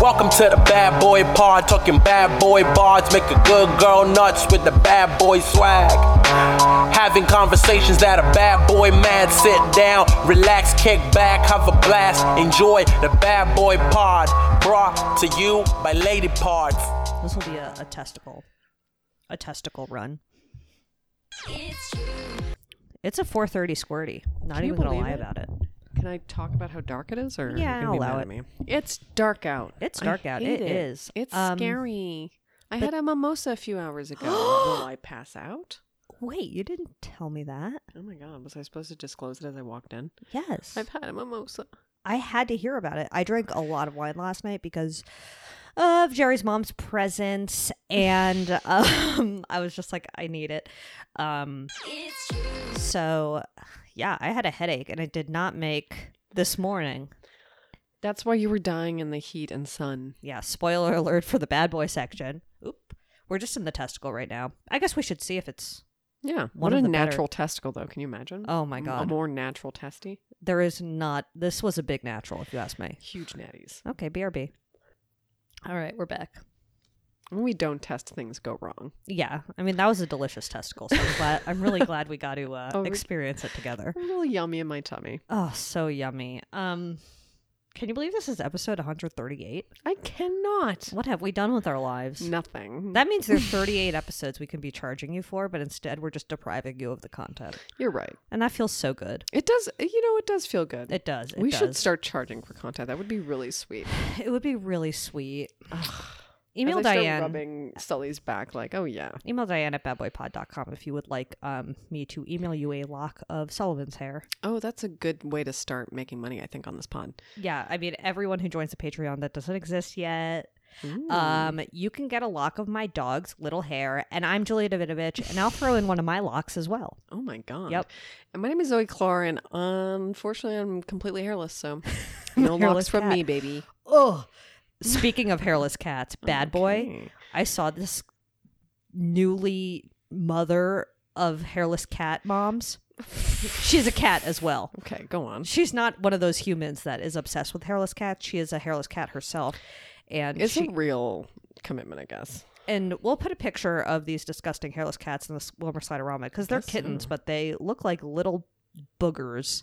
Welcome to the bad boy pod, talking bad boy bards, make a good girl nuts with the bad boy swag. Having conversations that a bad boy mad, sit down, relax, kick back, have a blast, enjoy the bad boy pod, brought to you by Lady Parts. This will be a, a testicle, a testicle run. It's a 4:30 squirty. Not Can you even gonna believe lie it? about it. Can I talk about how dark it is, or Yeah, you're I'll gonna be allow mad it. at me? It's dark out. It's I dark out. hate It is. It's Um, scary. I had a mimosa a few hours ago. Will I pass out? Wait, you didn't tell me that. Oh my god! Was I supposed to disclose it as I walked in? Yes, I've had a mimosa. I had to hear about it. I drank a lot of wine last night because of Jerry's mom's presence, and um, I was just like, I need it. Um, so, yeah, I had a headache, and it did not make this morning. That's why you were dying in the heat and sun. Yeah, spoiler alert for the bad boy section. Oop, we're just in the testicle right now. I guess we should see if it's Yeah. One what of a the better- natural testicle, though. Can you imagine? Oh my M- A God. more natural testy. there is not. This was a big natural, if you ask me. Huge natties. Okay, BRB. All right, we're back. When we don't test, things go wrong. Yeah, I mean that was a delicious testicle. So I'm glad. I'm really glad we got to uh, Oh, we- experience it together. A little yummy in my tummy. Oh, so yummy. Um, can you believe this is episode 138? I cannot. What have we done with our lives? Nothing. That means there's 38 episodes we can be charging you for, but instead we're just depriving you of the content, You're right. and that feels so good. It does. You know, it does feel good. It does. It we should does. start charging for content. That would be really sweet. It would be really sweet. As Email I start Diane. rubbing Sully's back, like, oh yeah, Email Diane at badboypod.com if you would like um, me to email you a lock of Sullivan's hair. oh that's a good way to start making money. I think on this pod. Yeah, I mean everyone who joins the Patreon that doesn't exist yet. Hmm. Mm. Um, you can get a lock of my dog's little hair, and I'm Julia Davidovich, and I'll throw in one of my locks as well. Oh my god. Yep. And my name is Zoe Clore, and unfortunately, I'm completely hairless, so no Hairless locks from cat. me, baby. Oh, speaking of hairless cats, bad boy. Okay. I saw this newly mother of hairless cat moms. She's a cat as well. Okay, go on. She's not one of those humans that is obsessed with hairless cats. She is a hairless cat herself, and It's she, a real commitment, I guess. and we'll put a picture of these disgusting hairless cats in this Wilmer Sliderama because they're Guess kittens, so. but they look like little boogers.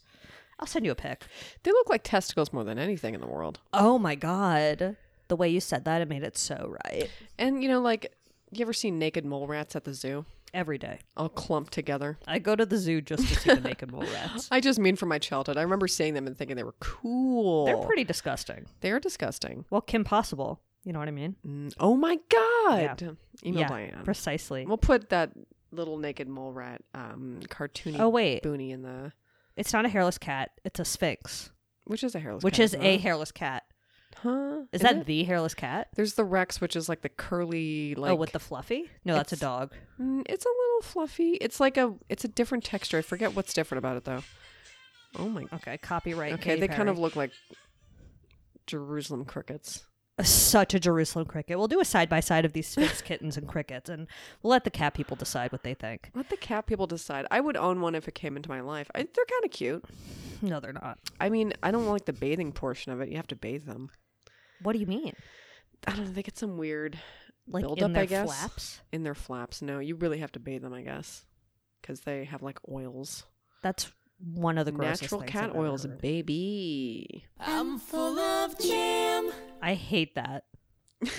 I'll send you a pic. They look like testicles more than anything in the world. Oh my god, the way you said that, it made it so right. And you know, like, you ever see naked mole rats at the zoo? Every day, All clumped together. I go to the zoo just to see the naked mole rats. I just mean from my childhood. I remember seeing them and thinking they were cool. They're pretty disgusting. They are disgusting. Well, Kim Possible, you know what I mean? Mm, Oh my god! Email yeah, Diane. precisely. Um, We'll put that little naked mole rat um, cartoony Oh, wait. boonie in the It's not a hairless cat; it's a sphinx, which is a hairless which cat, is a huh? hairless cat. huh? Is, that it? the hairless cat? there's the Rex, which is like the curly like oh, with the fluffy? No, that's a It's- dog. Mm, it's a little fluffy. It's like a it's a different texture. I forget what's different about it though. Oh my. Okay, copyright. okay, Katy they kind of Perry. look like Jerusalem crickets. such a Jerusalem cricket. We'll do a side by side of these sphinx kittens and crickets, and we'll let the cat people decide what they think. Let the cat people decide. I would own one if it came into my life. I, they're kind of cute. No, they're not. I mean, I don't like the bathing portion of it. You have to bathe them. What do you mean? I don't know. They get some weird Like buildup, in their I guess, flaps? in their flaps. No, you really have to bathe them, I guess, because they have like oils. That's one of the grossest Natural things cat I've ever oils, heard. baby. I hate that. I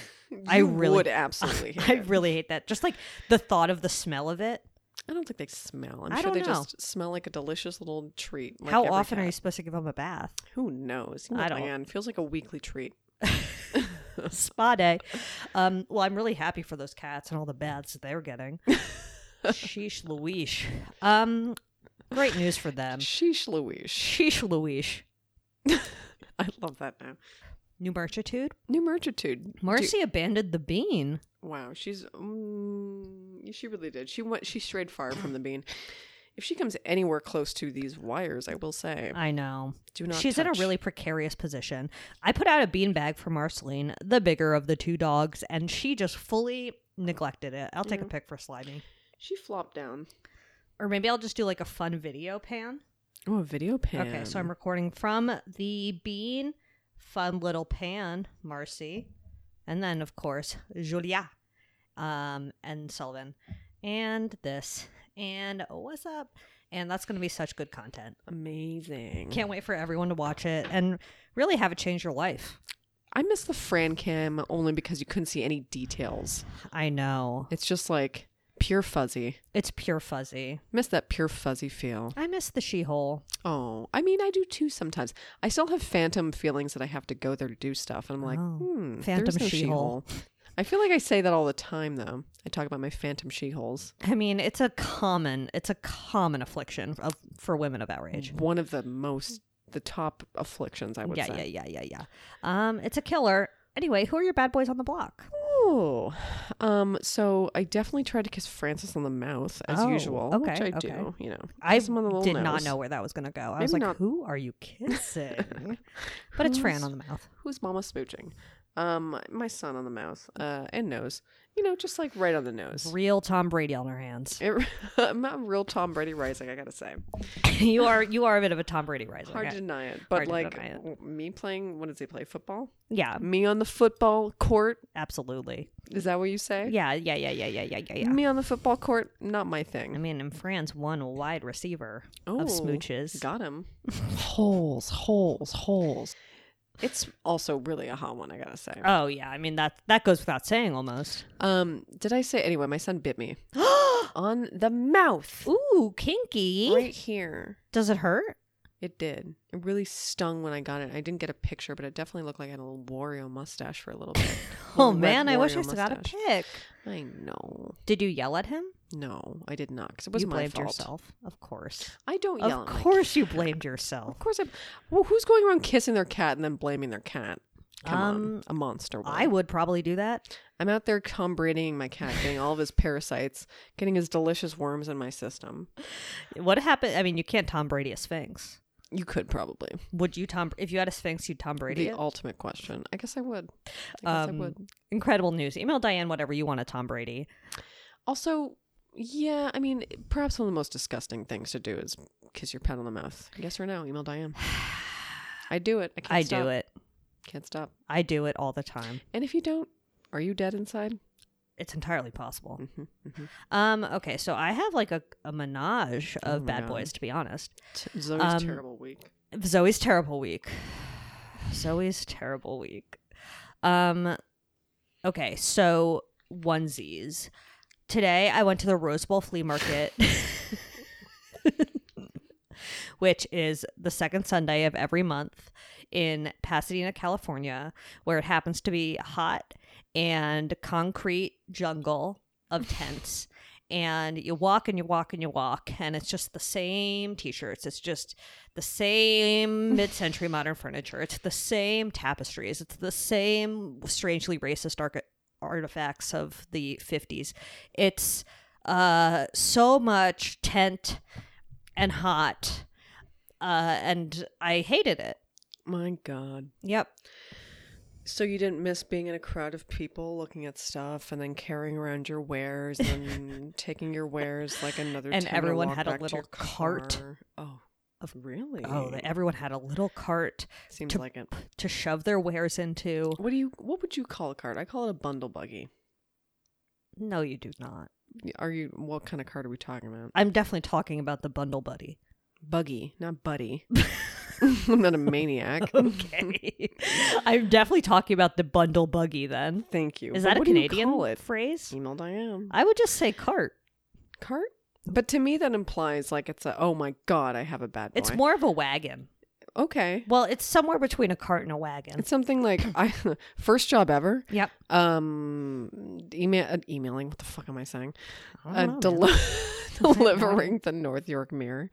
I really- really would absolutely. hate I it. really hate that. Just like the thought of the smell of it. I don't think they smell. I'm I don't sure they know. just smell like a delicious little treat. like How every often are you cat. supposed to give them a bath? Who knows? I I don't- don't. feels like a weekly treat. Spa day. Um, well, I'm really happy for those cats and all the baths that they're getting. Sheesh, Louise. Um, great news for them. Sheesh, Louise. Sheesh, Louise. I love that now. New Marchitude. New Merchitude. Marcy abandoned the bean. Wow, she's mm, she really did. She went. She strayed far from the bean. If she comes anywhere close to these wires, I will say, I know. do not. Uh, She's in touch. a really precarious position. I put out a beanbag for Marceline, the bigger of the two dogs, and she just fully neglected it. I'll take a pic for Slimy. She flopped down. Or maybe I'll just do like a fun video pan. Oh, a video pan. Okay, so I'm recording from the bean. Fun little pan, Marcy. and then of course Julia, um, and Sullivan, and this, and what's up, and that's gonna be such good content. Amazing. Can't wait for everyone to watch it and really have it change your life. I miss the Fran cam only because you couldn't see any details. I know It's just like pure fuzzy. it's pure fuzzy. Miss that pure fuzzy feel. I miss the she-hole. Oh, I mean, I do too sometimes. I still have phantom feelings that I have to go there to do stuff. And I'm like, Oh, hmm, phantom there's no she-hole. she-hole. I feel like I say that all the time, though. I talk about my phantom she-holes. I mean, it's a common it's a common affliction of, for women of our age. One of the most, the top afflictions, I would Yeah, say. yeah, yeah, yeah, yeah. Um, it's a killer. Anyway, who are your bad boys on the block? Oh, um, so I definitely tried to kiss Francis on the mouth as Oh, usual, which okay, I okay. do. You know, I Kiss him on the little did not nose. know where that was going to go. I Maybe was like, not. who are you kissing? but it's Fran Who's- on the mouth. who's mama smooching? Um, my son on the mouth, uh, and nose. You know, just like right on the nose. Real Tom Brady on her hands. It, I'm not a real Tom Brady rising, I gotta say. you are you are a bit of a Tom Brady riser. Hard I- to deny it. But Hard to like deny it. w- me playing, what does he play? Football? yeah, Me on the football court? absolutely. Is that what you say? Yeah, yeah, yeah, yeah, yeah, yeah, yeah, yeah. Me on the football court? Not my I thing. mean, and Fran's one wide receiver Oh, of smooches. Got him. holes, holes, holes. It's also really a hot one, I gotta say. Oh yeah, I mean that that goes without saying almost. Um, did I say anyway? My son bit me on the mouth, Ooh, kinky. right here. Does it hurt? It did. It really stung when I got it. I didn't get a picture, but it definitely looked like I had a little Wario mustache for a little bit. Oh Little red man, I wish I Wario still got a mustache. pic. I know. Did you yell at him? No, I did not. Because it was you my blamed fault. yourself, of course. I don't yell. Of at my course, cat. you blamed yourself. Of course, I. Well, who's going around kissing their cat and then blaming their cat? Come Um, on, a monster. Will. I would probably do that. I'm out there cum breeding my cat, getting all of his parasites, getting his delicious worms in my system. What happened? I mean, you can't Tom Brady a Sphinx. You could probably. Would you Tom? If you had a Sphinx, you'd Tom Brady. The it? ultimate question. I guess I would. I guess Um, I would. Incredible news. Email Diane whatever you want to Tom Brady. Also, yeah, I mean, perhaps one of the most disgusting things to do is kiss your pet on the mouth. Yes or no? Email Diane. I do it. I can't I stop. do it. Can't stop. I do it all the time. And if you don't, are you dead inside? It's entirely possible. Mm-hmm, mm-hmm. Um. Okay. So I have like a, a menage of Oh my bad God. boys. To be honest, T- Zoe's Um, terrible week. Zoe's terrible week. Zoe's terrible week. Um okay, so onesies. Today I went to the Rose Bowl flea market. Which is the second Sunday of every month in Pasadena, California, where it happens to be hot and concrete jungle of tents. and you walk and you walk and you walk, and it's just the same t shirts. It's just the same mid-century modern furniture. It's the same tapestries. It's the same strangely racist arch- artifacts of the 50s. It's uh, so much tent and hot, uh, and I hated it. My God. Yep. So you didn't miss being in a crowd of people looking at stuff and then carrying around your wares and taking your wares like another And time to everyone walk had a back to little your cart car. Oh, of- really? Oh, that everyone had a little cart seems to- like it. to shove their wares into. What do you? What would you call a cart? I call it a bundle buggy. No, you do not. Are you? What kind of cart are we talking about? I'm definitely talking about the bundle buddy. Buggy, not buddy. I'm not a maniac. Okay. I'm definitely talking about the bundle buggy then. Thank you. Is But that a what do you Canadian Uh, call it? phrase? Email Diane. I would just say cart. Cart. oh. But to me, that implies like it's a. Oh my god, I have a bad. It's boy." more of a wagon. okay. Well, it's somewhere between a cart and a wagon. It's something like I first job ever. Yep. Um, email uh, emailing. What the fuck am I saying? I Uh, don't know, man. deli- delivering the North York Mirror.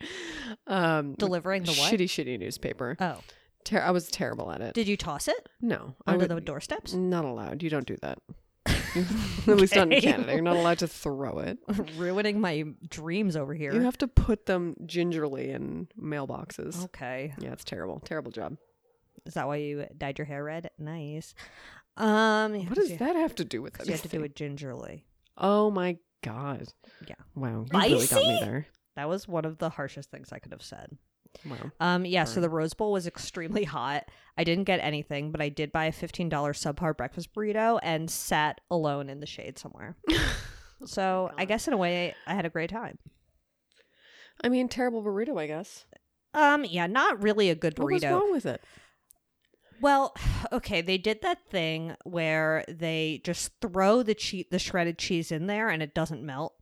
Um, Delivering the what? shitty, shitty newspaper. Oh, Ter- I was terrible at it. did you toss it no, I under would- the doorsteps? Not allowed. You don't do that. At least not in Okay. Canada. You're not allowed to throw it. Ruining my dreams over here. You have to put them gingerly in Oh. mailboxes. okay, Yeah, it's terrible. Terrible job. is that why you dyed your hair red? Nice. Um, What does you, that have to do with You have to do anything? it gingerly. Oh my god. Yeah. Wow. You really got me Spicy? there. That was one of the harshest things I could have said. Wow. Um, yeah, so the Rose Bowl was extremely hot. I didn't get anything, but I did buy a $15 subpar breakfast burrito and sat alone in the shade somewhere. Oh so I guess in a way, I had a great time. I mean, terrible burrito, I guess. Um, yeah, not really a good What was burrito. wrong with it? Well, okay, they did that thing where they just throw the che- the shredded cheese in there and it doesn't melt.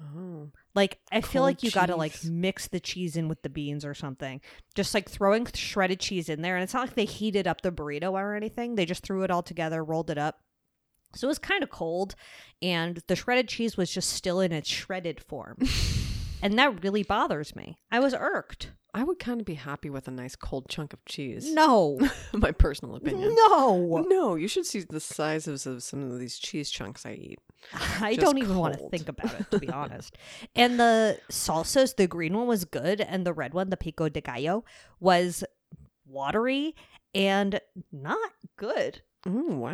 Oh. Like I feel Cold like you got to like cheese. mix the cheese in with the beans or something. Just like throwing shredded cheese in there and it's not like they heated up the burrito or anything. They just threw it all together, rolled it up. So it was kind of cold and the shredded cheese was just still in its shredded form. and that really bothers me. I was irked. I would kind of be happy with a nice cold chunk of cheese. No. My personal opinion. no. No, you should see the sizes of some of these cheese chunks I eat. I Just don't even want to cold. think about it, to be honest. And the salsas, the green one was good, and the red one, the pico de gallo, was watery and not good. Mm, wow.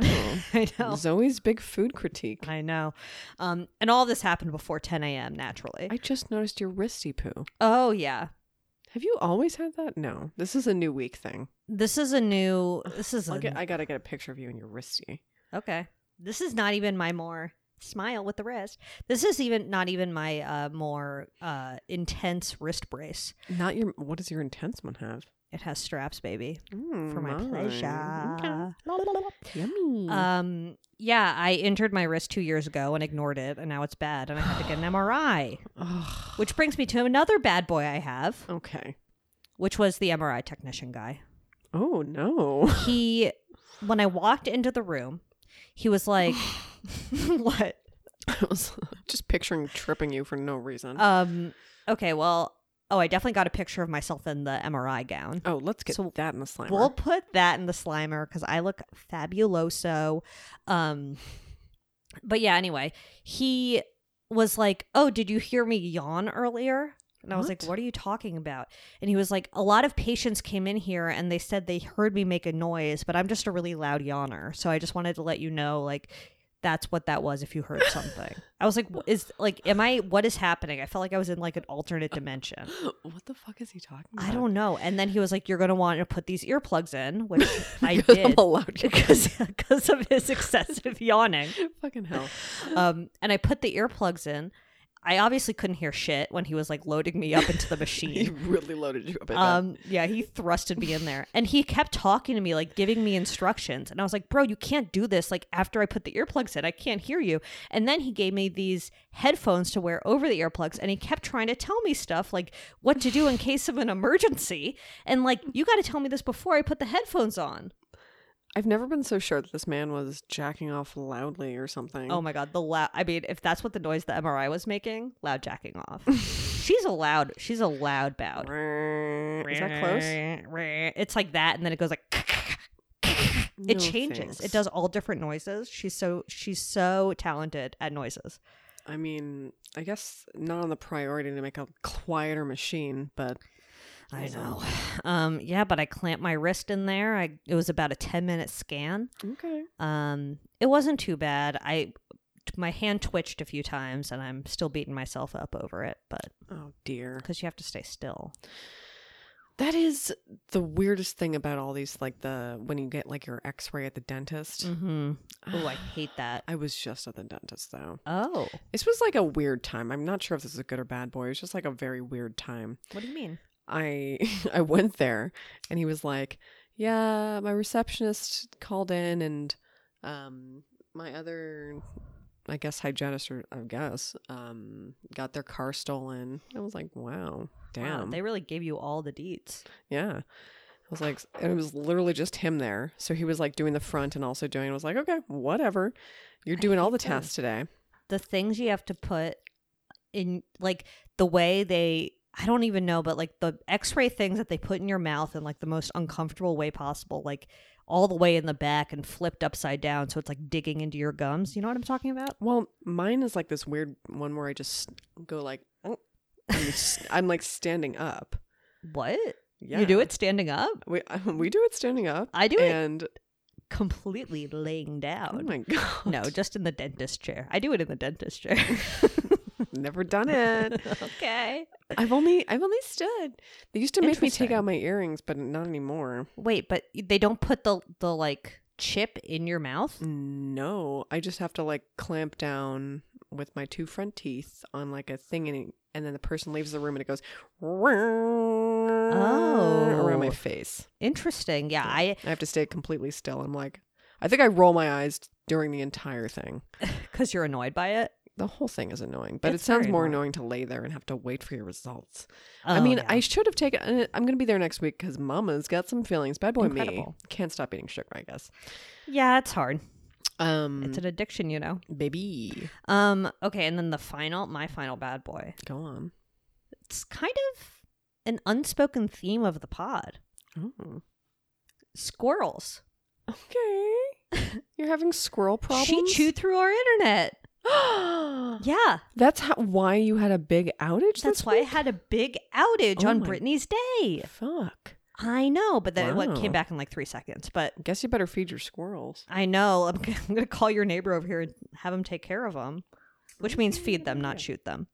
I know. Zoe's big food critique. I know. Um, and all this happened before 10 a.m., naturally. I just noticed your wristy poo. oh, yeah. Have you always had that? No. This is a new week thing. This is a new. This is I'll a, get, I gotta get a picture of you in your wristy. Okay. This is not even my more smile with the wrist. This is even not even my uh, more uh, intense wrist brace. Not your. What does your intense one have? It has straps, baby. Mm, for my mine. pleasure. Okay. Uh, Yummy. Um, yeah, I injured my wrist two years ago and ignored it, and now it's bad, and I had to get an MRI. Ugh. Which brings me to another bad boy I have, okay. which was the MRI technician guy. Oh no. He, when I walked into the room, he was like, "What? I was just picturing tripping you for no reason. Um, okay, well, oh, I definitely got a picture of myself in the MRI gown. oh, let's get so that in the slimer. We'll put that in the slimer because I look fabuloso. Um, but yeah, anyway, he was like, "Oh, did you hear me yawn earlier?" And I was like, What? "What are you talking about?" And he was like, "A lot of patients came in here and they said they heard me make a noise, but I'm just a really loud yawner, so I just wanted to let you know, like." That's what that was. If you heard something, I was like, "Wh- "Is like, am I? What is happening?" I felt like I was in like an alternate dimension. what the fuck is he talking about? I don't know. And then he was like, "You're gonna want to put these earplugs in," which I Because did I'm a loud because because of his excessive yawning. Fucking hell. Um, and I put the earplugs in. I obviously couldn't hear shit when he was like loading me up into the He machine. really loaded you up. I bet. Um, yeah, he thrusted me in there, and he kept talking to me, like giving me instructions. And I was like, "Bro, you can't do this." Like after I put the earplugs in, I can't hear you. And then he gave me these headphones to wear over the earplugs, and he kept trying to tell me stuff like what to do in case of an emergency, and like you got to tell me this before I put the headphones on. I've never been so sure that this man was jacking off loudly or something. Oh my god, the loud. I mean, if that's what the noise the MRI was making, loud jacking off. she's a loud. She's a loud bout. Is that close? It's like that, and then it goes like. It No, changes. It thanks. does all different noises. She's so she's so talented at noises. I mean, I guess not on the priority to make a quieter machine, but I Awesome. know. Um, yeah, but I clamped my wrist in there. I it was about a ten minute scan. okay. Um, it wasn't too bad. I my hand twitched a few times, and I'm still beating myself up over it. But Oh dear. because you have to stay still. That is the weirdest thing about all these like the when you get like your x-ray at the dentist. Mm-hmm. Oh, I hate that. Mm. I was just at the dentist though. Oh, This was like a weird time. I'm not sure if this is a good or bad boy. It was just like a very weird time. what do you mean? I I went there and he was like, "Yeah, my receptionist called in and um my other I guess hygienist or I guess um got their car stolen." I was like, "Wow. Damn." Wow, they really gave you all the deets. yeah. I was like, and it was literally just him there. So he was like doing the front and also doing. I was like, "Okay, whatever. You're doing all the hate tasks today." The things you have to put in, like the way they. I don't even know, but like the X-ray things that they put in your mouth in like the most uncomfortable way possible, like all the way in the back and flipped upside down, so it's like digging into your gums. You know what I'm talking about? Well, mine is like this weird one where I just go like, "Oh," and it's- I'm like standing up. What Yeah. you do it standing up? We we do it standing up. I do it and completely laying oh down. my god, no, just in the dentist chair. I do it in the dentist chair. Never done it. Okay. I've only I've only stood. They used to make me take Interesting. out my earrings, but not anymore. Wait, but they don't put the the like chip in your Mm. mouth? No, I just have to like clamp down with my two front teeth on like a thing, and, and then the person leaves the room and it goes around my Oh. face. Interesting. Yeah, I I have to stay completely still. I'm like, I think I roll my eyes during the entire thing. because you're annoyed by it. The whole thing is annoying, but It's it sounds very more annoying. annoying to lay there and have to wait for your results. I Oh, mean, yeah. I should have taken. uh, I'm going to be there next week because Mama's got some feelings. Bad boy Incredible. me can't stop eating sugar. I guess. yeah, it's hard. Um, It's an addiction, you know. baby, Um. Okay, and then the final, my final bad boy. go on. It's kind of an unspoken theme of the pod. Oh. Squirrels. Okay. You're having squirrel problems. She chewed through our internet. Yeah, That's how, why you had a big that's outage. this why I week? had a big outage Oh on my- Brittany's day. Fuck. I know, but then it like, Wow. came back in like three seconds. But Guess you better feed your squirrels. I know. I'm, g- I'm going to call your neighbor over here and have him take care of them, which means feed them, not shoot them.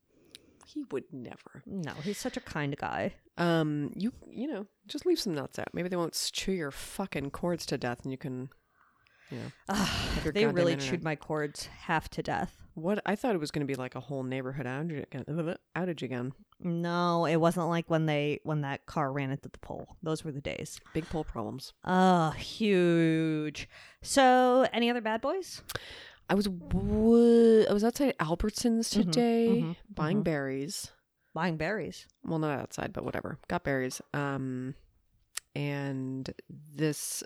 He would never. No, he's such a kind guy. Um, you you know, just leave some nuts out. Maybe they won't s- chew your fucking cords to death, and you can. You know, Ugh, your they goddamn really internet. chewed my cords half to death. what I thought it was going to be like a whole neighborhood outage again. Outage again. No, it wasn't like when they when that car ran into the pole. Those were the days. Big pole problems. Oh, huge. So, any other bad boys? I was w- I was outside Albertsons Mhm, today mhm, buying mhm. berries. Buying berries. Well, not outside, but whatever. Got berries. Um, and this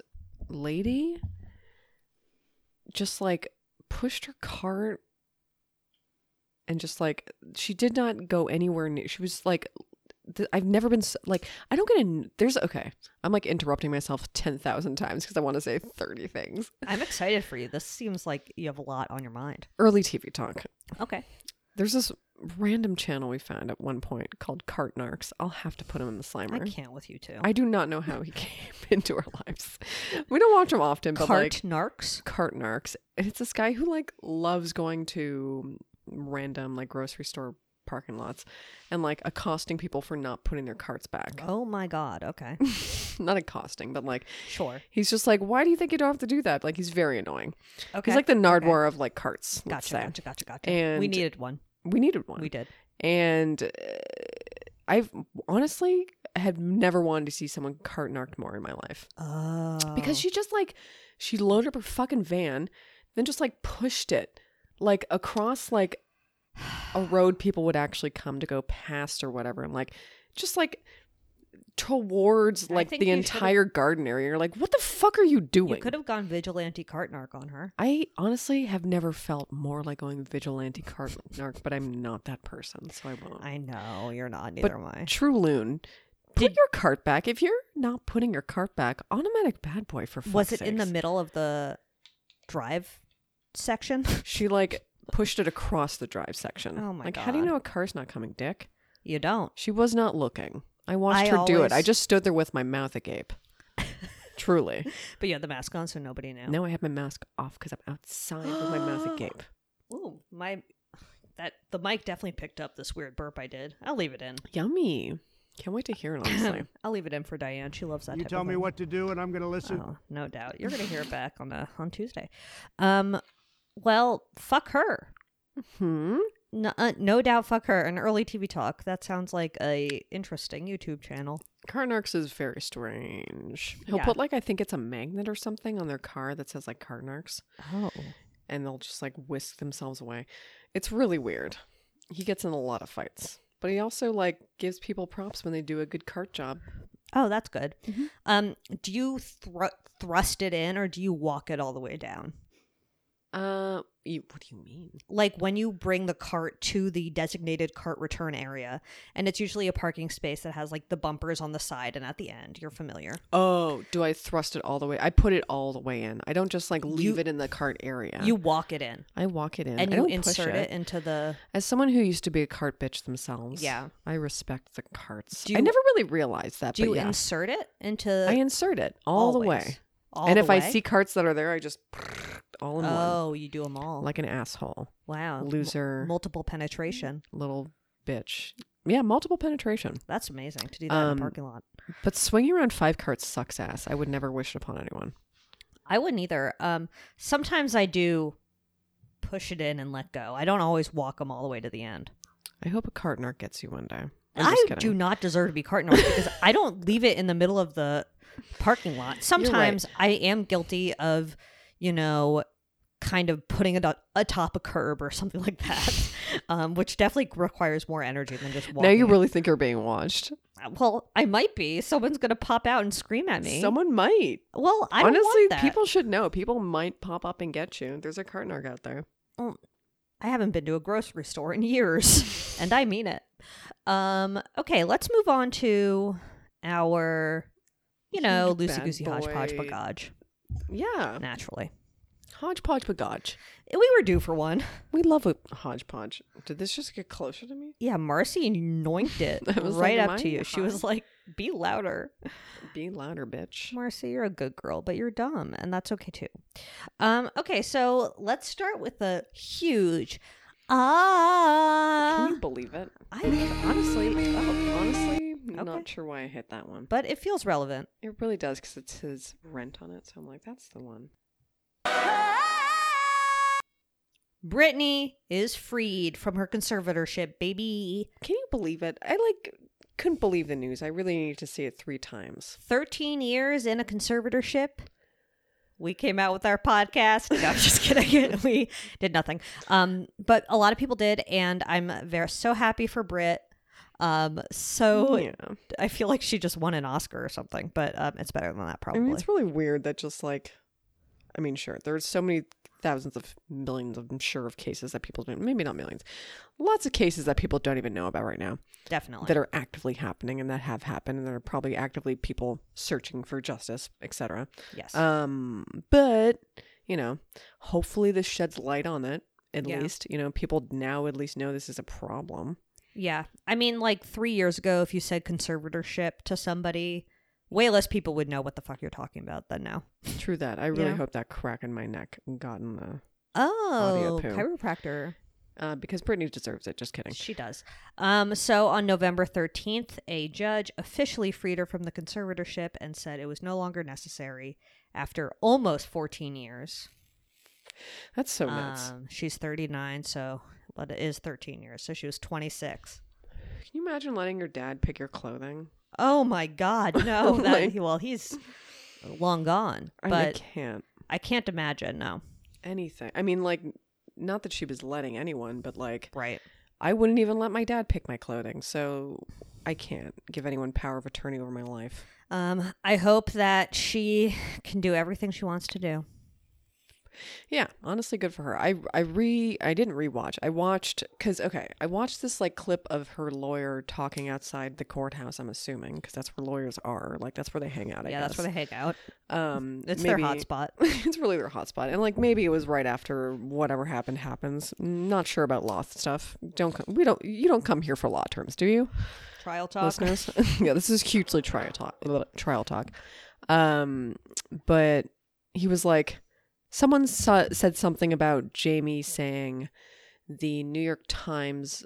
lady just like pushed her cart and just like she did not go anywhere near. She was like. th- I've never been s- like I don't get in. There's okay. I'm like interrupting myself ten thousand times because I want to say thirty things. I'm excited for you. This seems like you have a lot on your mind. Early TV talk. Okay. There's this random channel we found at one point called Cart Narcs. I'll have to put him in the I slimer. can't with you two. I do not know how he came into our lives. We don't watch him often, but Cart like narcs. Cart Narcs. And it's this guy who like loves going to random like grocery store parking lots and like accosting people for not putting their carts back. Oh my god. Okay. not accosting, but like Sure. he's just like, why do you think you don't have to do that? Like he's very annoying. Okay. He's like the Nardwar of like carts. let's Gotcha, say. gotcha, gotcha, gotcha. we And- needed one. We needed one. We did. and uh, I've honestly had never wanted to see someone cart narked more in my life Oh. because she just like she loaded up her fucking van, then just like pushed it like across like a road people would actually come to go past or whatever, and like just like towards I like think the you should've- entire garden area. You're like, what the fuck are you you doing? could have gone vigilante cart narc on her. I honestly have never felt more like going vigilante cart narc, but I'm not that person, so I won't. I know you're not. Neither am I. True Loon, put Did- your cart back. If you're not putting your cart back, automatic bad boy for fuck's Was it in the sakes. middle of the drive section? She like pushed it across the drive section. Oh my like, how do you God. know a car's not coming, Dick? you don't. She was not looking. I watched I her do it. I always- just stood there with my mouth agape. Truly. But you had the mask on, so nobody knew. Now I have my mask off because I'm outside with my mouth agape. Ooh, my that the mic definitely picked up this weird burp I did. I'll leave it in. Yummy. Can't wait to hear it. Honestly, I'll leave it in for Diane. She loves that. You type tell of me thing. what to do, and I'm going to listen. Oh, no doubt. You're gonna hear it back on uh, on Tuesday. Um, well, fuck her. hmm. No, uh, no doubt, fuck her. An early TV talk. That sounds like a interesting YouTube channel. Carnarks is very strange. He'll Yeah. put like I think it's a magnet or something on their car that says like Carnarks. Oh, and they'll just like whisk themselves away. It's really weird. He gets in a lot of fights, but he also like gives people props when they do a good cart job. oh, that's good. Mm-hmm. Um, do you thru- thrust it in or do you walk it all the way down? Uh, you, what do you mean? like when you bring the cart to the designated cart return area and it's usually a parking space that has like the bumpers on the side and at the end you're familiar Oh, do I thrust it all the way? I put it all the way in. I don't just like leave You- it in the cart area. you walk it in I walk it in and I you don't push insert it. into the As someone who used to be a cart bitch themselves, Yeah. I respect the carts. Do I you- never really realized that, do you but Uh, yeah, insert it into I insert it all the way. Always. All and the if I way? see carts that are there, I just all in oh, you do them all. one, like an asshole, wow, Uh, M- loser, multiple penetration. little bitch. Yeah, multiple penetration. That's amazing to do that in Um, a parking lot. But swinging around five carts sucks ass. I would never wish it upon anyone. I wouldn't either. Um, sometimes I do push it in and let go. I don't always walk them all the way to the end. I hope a cart narc gets you one day. I'm I just do kidding. not deserve to be cart north because I don't leave it in the middle of the parking lot. Sometimes I am guilty of, you know, kind of putting it at- atop a curb or something like that, um, which definitely requires more energy than just walking. Now you it. really think you're being watched. well, I might be. Someone's gonna pop out and scream at me. Someone might. well, I don't Honestly, want that. people should know. People might pop up and get you. There's a cart narc out there. I haven't been to a grocery store in years, and I mean it. Um, okay, let's move on to our, you know, Huge loosey bad goosey hodgepodge boy. bagage. Yeah. Naturally, Hodgepodge bagage. we were due for one. We love a hodgepodge. Did this just get closer to me? Yeah, Marcy anoinked it I was right like, am up I to you. She was hot? like, "Be louder, Be louder, bitch. Marcy. You're a good girl, but you're dumb, and that's okay too." Um, okay, so let's start with a huge. Ah, Can you believe it? Uh, I honestly, Oh, honestly, Okay. not sure why I hit that one. but it feels relevant. It really does because it says rent on it. So I'm like, that's the one. Brittany is freed from her conservatorship, baby. Can you believe it? I like couldn't believe the news. I really needed to see it three times. 13 years in a conservatorship. We came out with our podcast. No, I'm just kidding. we did nothing. Um, but a lot of people did, and I'm very so happy for Brit. Um, so yeah. I feel like she just won an Oscar or something, but um, it's better than that I probably. mean, it's really weird that just like, I mean, sure, there's so many thousands of millions of, I'm sure, of cases that people don't, maybe not millions, lots of cases that people don't even know about right now Definitely. that are actively happening and that have happened and there are probably actively people searching for justice, etc. yes. Um, but you know, hopefully this sheds light on it. At Yeah. least you know people now at least know this is a problem. yeah. I mean, like three years ago, if you said conservatorship to somebody, way less people would know what the fuck you're talking about than now. True that. I really Yeah. hope that crack in my neck got in the. Oh, poo. chiropractor. Uh, because Brittany deserves it. Just kidding. She does. Um, so on November 13th, a judge officially freed her from the conservatorship and said it was no longer necessary after almost 14 years. That's so nuts. Um, she's 39, so, but it is 13 years. So she was 26. Can you imagine letting your dad pick your clothing? Oh my God. No. that, Like- well, he's long gone, I, mean, I but can't. I can't imagine. No. Anything. I mean, like, not that she was letting anyone, but like, Right. I wouldn't even let my dad pick my clothing. So I can't give anyone power of attorney over my life. Um, I hope that she can do everything she wants to do. Yeah, honestly, good for her. I I re I didn't rewatch. I watched because okay, I watched this like clip of her lawyer talking outside the courthouse. I'm assuming because that's where lawyers are. Like that's where they hang out. I yeah, that's where they hang out. they. Um, It's their maybe- hotspot. it's really their hotspot, and like maybe it was right after whatever happened happens. Not sure about law stuff. Don't come, we don't you don't come here for law terms, do you? Trial talk. listeners. yeah, this is hugely trial talk. Trial talk. Um, but he was like, someone sa- said something about Jamie saying the New York Times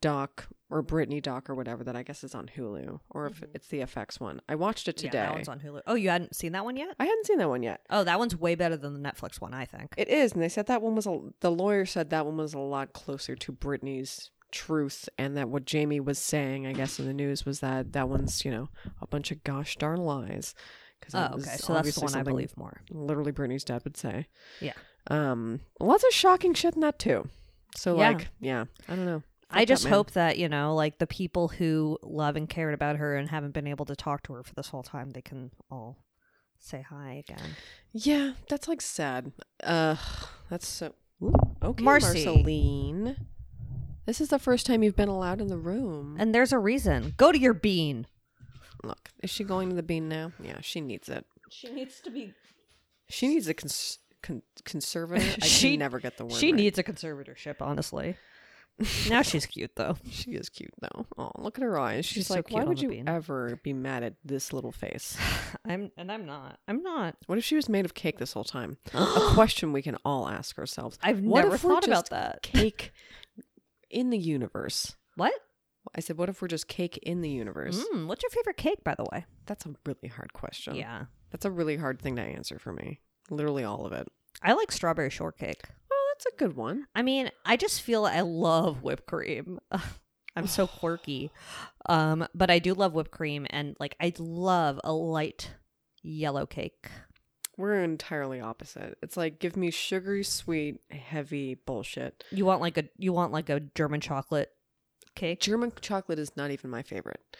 doc or Britney doc or whatever that I guess is on Hulu or if Mhm. it's the FX one. I watched it today. Yeah, that one's on Hulu. Oh, you hadn't seen that one yet? I hadn't seen that one yet. Oh, that one's way better than the Netflix one, I think. It is, and they said that one was a. The lawyer said that one was a lot closer to Britney's truth, and that what Jamie was saying, I guess, in the news was that that one's you know a bunch of gosh darn lies. 'Cause that oh, was okay. So that's the obviously one I something believe more. Literally, Britney's dad would say. Yeah. Um, lots of shocking shit in that too. So Yeah. like, yeah, I don't know. I Fuck just that man. hope that, you know, like the people who love and cared about her and haven't been able to talk to her for this whole time, they can all say hi again. Yeah, that's like sad. Uh, that's so. Okay, Marcy. Marceline. This is the first time you've been allowed in the room. And there's a reason. Go to your bean. Look, is she going to the bean now? Yeah, she needs it. She needs to be. She needs a cons- con- conservative. I She- can never get the word. She right. needs a conservatorship, honestly. Now she's cute though. She is cute though. Oh, look at her eyes. She's, She's so like, cute why on would the you bean." ever be mad at this little face? I'm and I'm not. I'm not. What if she was made of cake this whole time? A question we can all ask ourselves. I've What never if we're thought about just that. Cake in the universe. What? I said, what if we're just cake in the universe? Mm, what's your favorite cake, by the way? That's a really hard question. Yeah, That's a really hard thing to answer for me. Literally all of it. I like strawberry shortcake. Well, that's a good one. I mean, I just feel I love whipped cream. I'm so quirky. Um, but I do love whipped cream and like I love a light yellow cake. We're entirely opposite. It's like give me sugary, sweet, heavy bullshit. You want like a you want like a German chocolate cake? German chocolate is not even my favorite.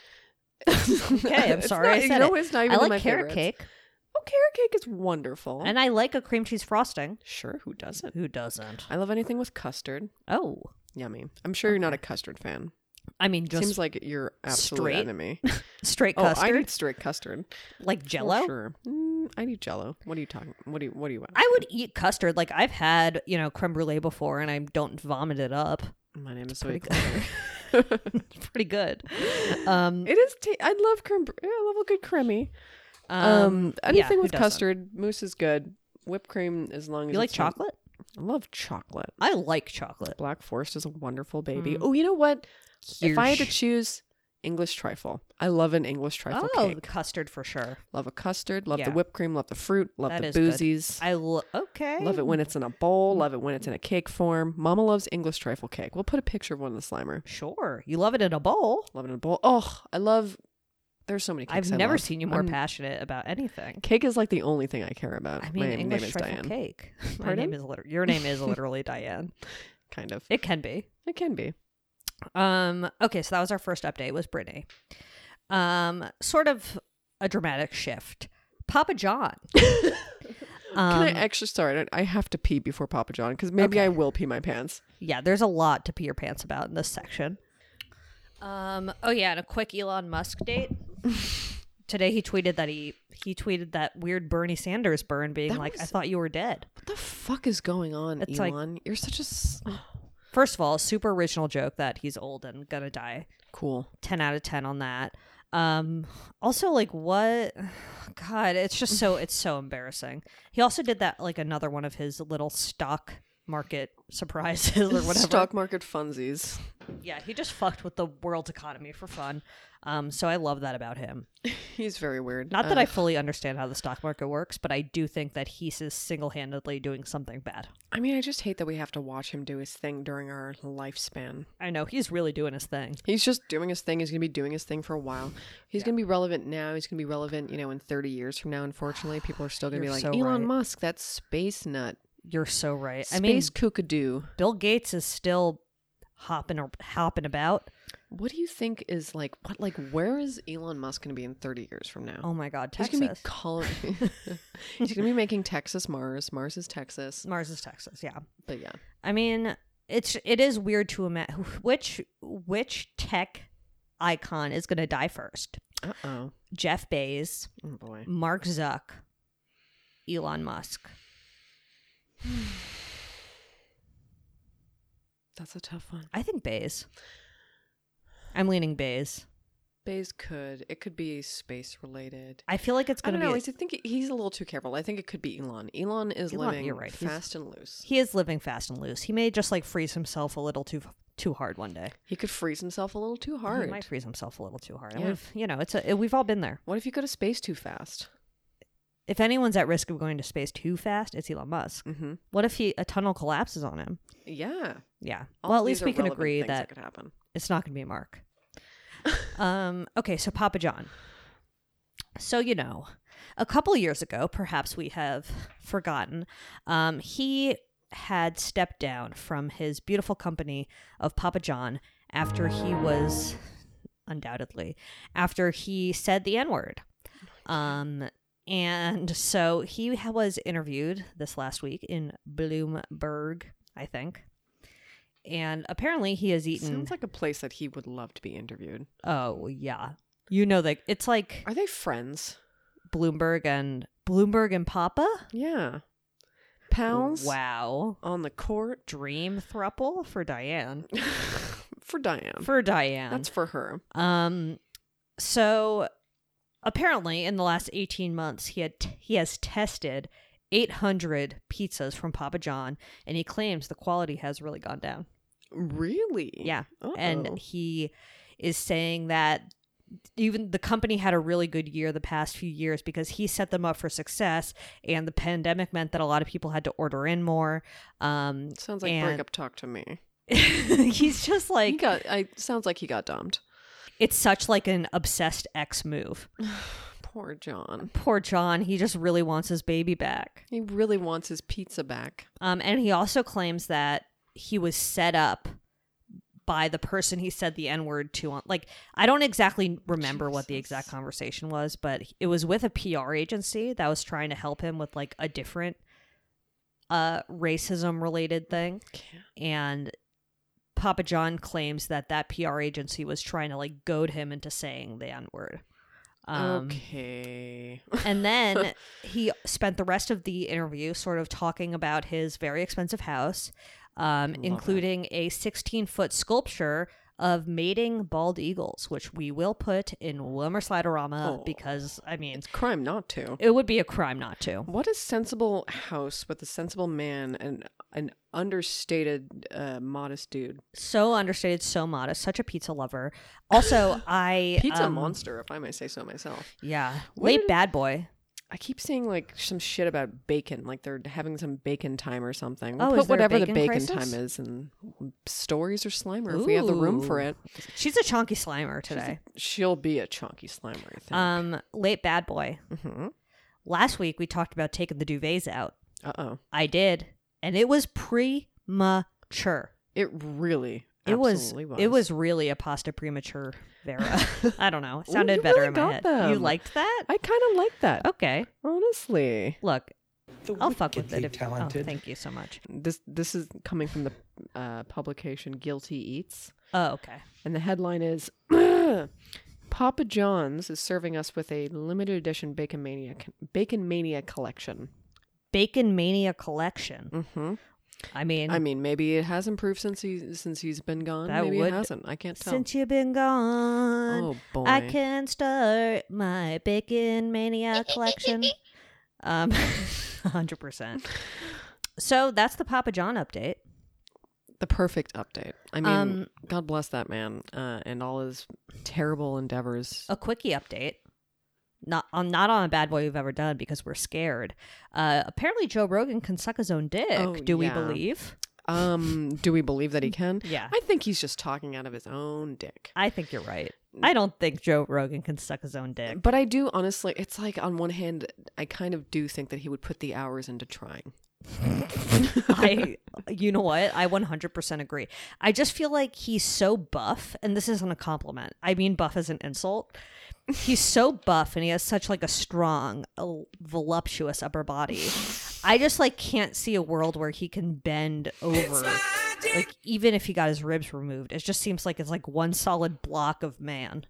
Okay, I'm It's sorry not- I said you know it. it's not even I my like carrot favorites. cake Oh, carrot cake is wonderful. and I like a cream cheese frosting. sure, who doesn't? Who doesn't? I love anything with custard. Oh. Yummy. I'm sure you're not a custard fan. I mean just Seems like your absolute straight enemy. straight Oh, I custard need straight custard. like For jello. Sure. Mm, I need jello. What are you talking? What do you? What do you want? I would eat custard. Like I've had, you know, creme brulee before and I don't vomit it up. My name is pretty Zoe Clover. It's pretty good. Um it is. ta- I love creme. br- yeah, I love a good creamy. Um, yeah, anything who with doesn't? custard, mousse is good. Whipped cream, as long as You like it's not- chocolate? I love chocolate. I like chocolate. Black Forest is a wonderful baby. Mm. Oh, you know what? If I had to Huge. choose, English trifle. I love an English trifle oh, cake. custard for sure. Love a custard. Love the Yeah. whipped cream. Love the fruit. Love That the is good. boozies. I lo- okay. Love it when it's in a bowl. Love it when it's in a cake form. Mama loves English trifle cake. We'll put a picture of one in the Slimer. Sure, you love it in a bowl. Love it in a bowl. Oh, I love. There's so many cakes. I've I never love. seen you more I'm- passionate about anything. Cake is like the only thing I care about. I mean, My English name is trifle Diane. cake. My Pardon? name is liter- your name is literally Diane. Kind of. It can be. It can be. Um. Okay, so that was our first update. Was Brittany? Um. Sort of a dramatic shift. Papa John. Can um, I actually? Sorry, I- I have to pee before Papa John because maybe I will pee my pants. yeah, there's a lot to pee your pants about in this section. Um, oh yeah, and a quick Elon Musk date. Today he tweeted that he he tweeted that weird Bernie Sanders burn being That like, I was- thought you were dead. What the fuck is going on, It's like- Elon? You're such a s- First of all, super original joke that he's old and gonna die. cool. Ten out of ten on that. Um also like what God, it's just so it's so embarrassing. He also did that like another one of his little stock market surprises or whatever. Stock market funsies. Yeah, he just fucked with the world's economy for fun. Um, so I love that about him. He's very weird. Not that Uh, I fully understand how the stock market works, but I do think that he's is single-handedly doing something bad. I mean, I just hate that we have to watch him do his thing during our lifespan. I know he's really doing his thing. He's just doing his thing. He's going to be doing his thing for a while. He's going to be relevant now. He's going to be relevant, you know, in 30 years from now. Unfortunately, people are still going to be You're like, so Elon right. Musk, that space nut. You're so right. Space I mean, kookadoo. Bill Gates is still hopping or hopping about. What do you think is like, what, like, where is Elon Musk going to be in 30 years from now? Oh my God, he's going to be Texas, calling. he's going to be making Texas Mars. Mars is Texas. Mars is Texas. Yeah, But yeah. I mean, it's it is weird to imagine which which tech icon is going to die first. Uh oh. Jeff Bezos, Oh boy. Mark Zuck, Elon Musk. That's a tough one. I think Bays. I'm leaning Bays. Bays could. It could be space related. I feel like it's I going don't to be. know. I think he's a little too careful. I think it could be Elon. Elon is Elon, living you're right. He's- fast and loose. he is living fast and loose. He may just like freeze himself a little too too hard one day. He could freeze himself a little too He hard. might freeze himself a little too hard. And Yeah. we've, you know, it's a, we've all been there. What if you go to space too fast? If anyone's at risk of going to space too fast, it's Elon Musk. Mm-hmm. What if he a tunnel collapses on him? Yeah. Yeah. All well, at of least these are we can relevant agree things that could happen. it's not going to be Mark. um, okay, so Papa John. So you know, a couple years ago, perhaps we have forgotten, um, he had stepped down from his beautiful company of Papa John after he was undoubtedly after he said the N word. Um, and so he ha- was interviewed this last week in Bloomberg, I think. And apparently, he has eaten. Sounds like a place that he would love to be interviewed. Oh yeah, you know that it's like Are they friends? Bloomberg and Bloomberg and Papa. Yeah. pals Wow. on the court Dream thruple for Diane. for Diane. For Diane. That's for her. Um, so apparently, in the last eighteen months, he had he has tested eight hundred pizzas from Papa John, and he claims the quality has really gone down. Really? Yeah, Uh-oh. and he is saying that even the company had a really good year the past few years because he set them up for success and the pandemic meant that a lot of people had to order in more um sounds like and- breakup talk to me. he's just He like got. I sounds like he got dumped. it's such like an obsessed ex move Poor John. poor John, he just really wants his baby back. He really wants his pizza back. Um, and he also claims that he was set up by the person he said the N word to on. Like, I don't exactly remember what the exact conversation was, but it was with a PR agency that was trying to help him with like a different uh, racism related thing. And Papa John claims that that PR agency was trying to like goad him into saying the N word. Um, okay. And then he spent the rest of the interview sort of talking about his very expensive house, um, including a 16 foot sculpture of mating bald eagles, which we will put in Wilmer Sliderama Oh. because, I mean, It's crime not to. it would be a crime not to. What is sensible house with a sensible man and an understated uh, modest dude? So understated, so modest, such a pizza lover. Also, I. Pizza um, monster, if I may say so myself. Yeah. Where Late did- bad boy. I keep seeing like some shit about bacon, like they're having some bacon time or something. We'll Oh, is put there a whatever the bacon bacon crisis? time is and stories or slimer if we have the room for Ooh. it. She's a chunky slimer today. She'll be a chunky slimer, I think. Um, late bad boy. mm-hmm. Last week we talked about taking the duvets out. Uh oh. I did, and it was premature. It really It was, absolutely was. it was really a pasta premature Vera. I don't know. It Ooh, sounded you better really in my head. got You them. liked that? I kind of like that. Okay. Honestly. Look, The I'll fuck with it. wickedly If, oh, talented. thank you so much. This this is coming from the uh, publication Guilty Eats, Oh, okay. and the headline is Papa John's is serving us with a limited edition Bacon Mania Bacon Mania collection. Bacon Mania collection. Mm-hmm. I mean, I mean, maybe it has improved since he since he's been gone. That maybe would- it hasn't. I can't tell. since you've been gone, oh boy, I can start my Bacon Mania collection. Um, 100%. So that's the Papa John update. the perfect update. I mean, Um, God bless that man uh, and all his terrible endeavors. a quickie update. Not on not on a bad boy we've ever done because we're scared. Uh, apparently, Joe Rogan can suck his own dick. Oh, do we yeah. believe? Um, do we believe that he can? Yeah. I think he's just talking out of his own dick. I think you're right. I don't think Joe Rogan can suck his own dick. But I do honestly, it's like on one hand, I kind of do think that he would put the hours into trying. I, you know what? I 100% agree. I just feel like he's so buff, and this isn't a compliment. I mean, buff is an insult. He's so buff, and he has such like a strong, uh, voluptuous upper body. I just like can't see a world where he can bend over. Like even if he got his ribs removed, it just seems like it's like one solid block of man,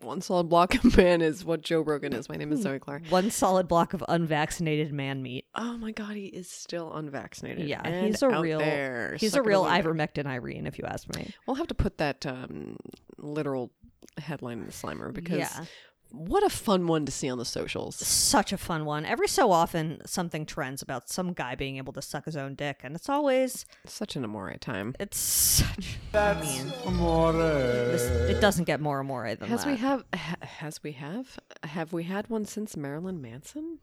One solid block of man is what Joe Rogan is. My name is Zoe Clark. one solid block of unvaccinated man meat. Oh my God, he is still unvaccinated. Yeah, and he's a out real there, he's a sucking real his own dick. ivermectin Irene, if you ask me. We'll have to put that um, literal headline in the Slimer because Yeah. what a fun one to see on the socials. such a fun one. Every so often, something trends about some guy being able to suck his own dick, and it's always Such an amore time. it's such. I mean, this, it doesn't get more amore than Has that. we have ha- has we have have we had one since Marilyn Manson?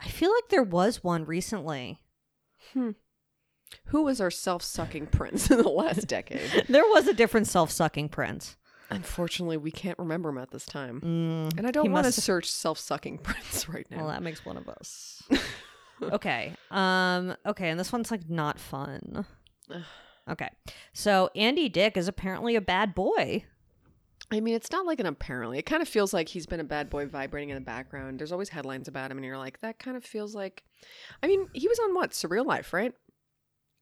I feel like there was one recently. Who was our self-sucking prince in the last decade? There was a different self-sucking prince. Unfortunately, we can't remember him at this time, Mm, and I he don't want to must- search self-sucking prince right now. Well, that makes one of us. okay. Um. Okay, and this one's like not fun. Okay, so Andy Dick is apparently a bad boy. I mean, it's not like an apparently. It kind of feels like he's been a bad boy vibrating in the background. There's always headlines about him, and you're like, that kind of feels like. I mean, he was on what surreal life, right?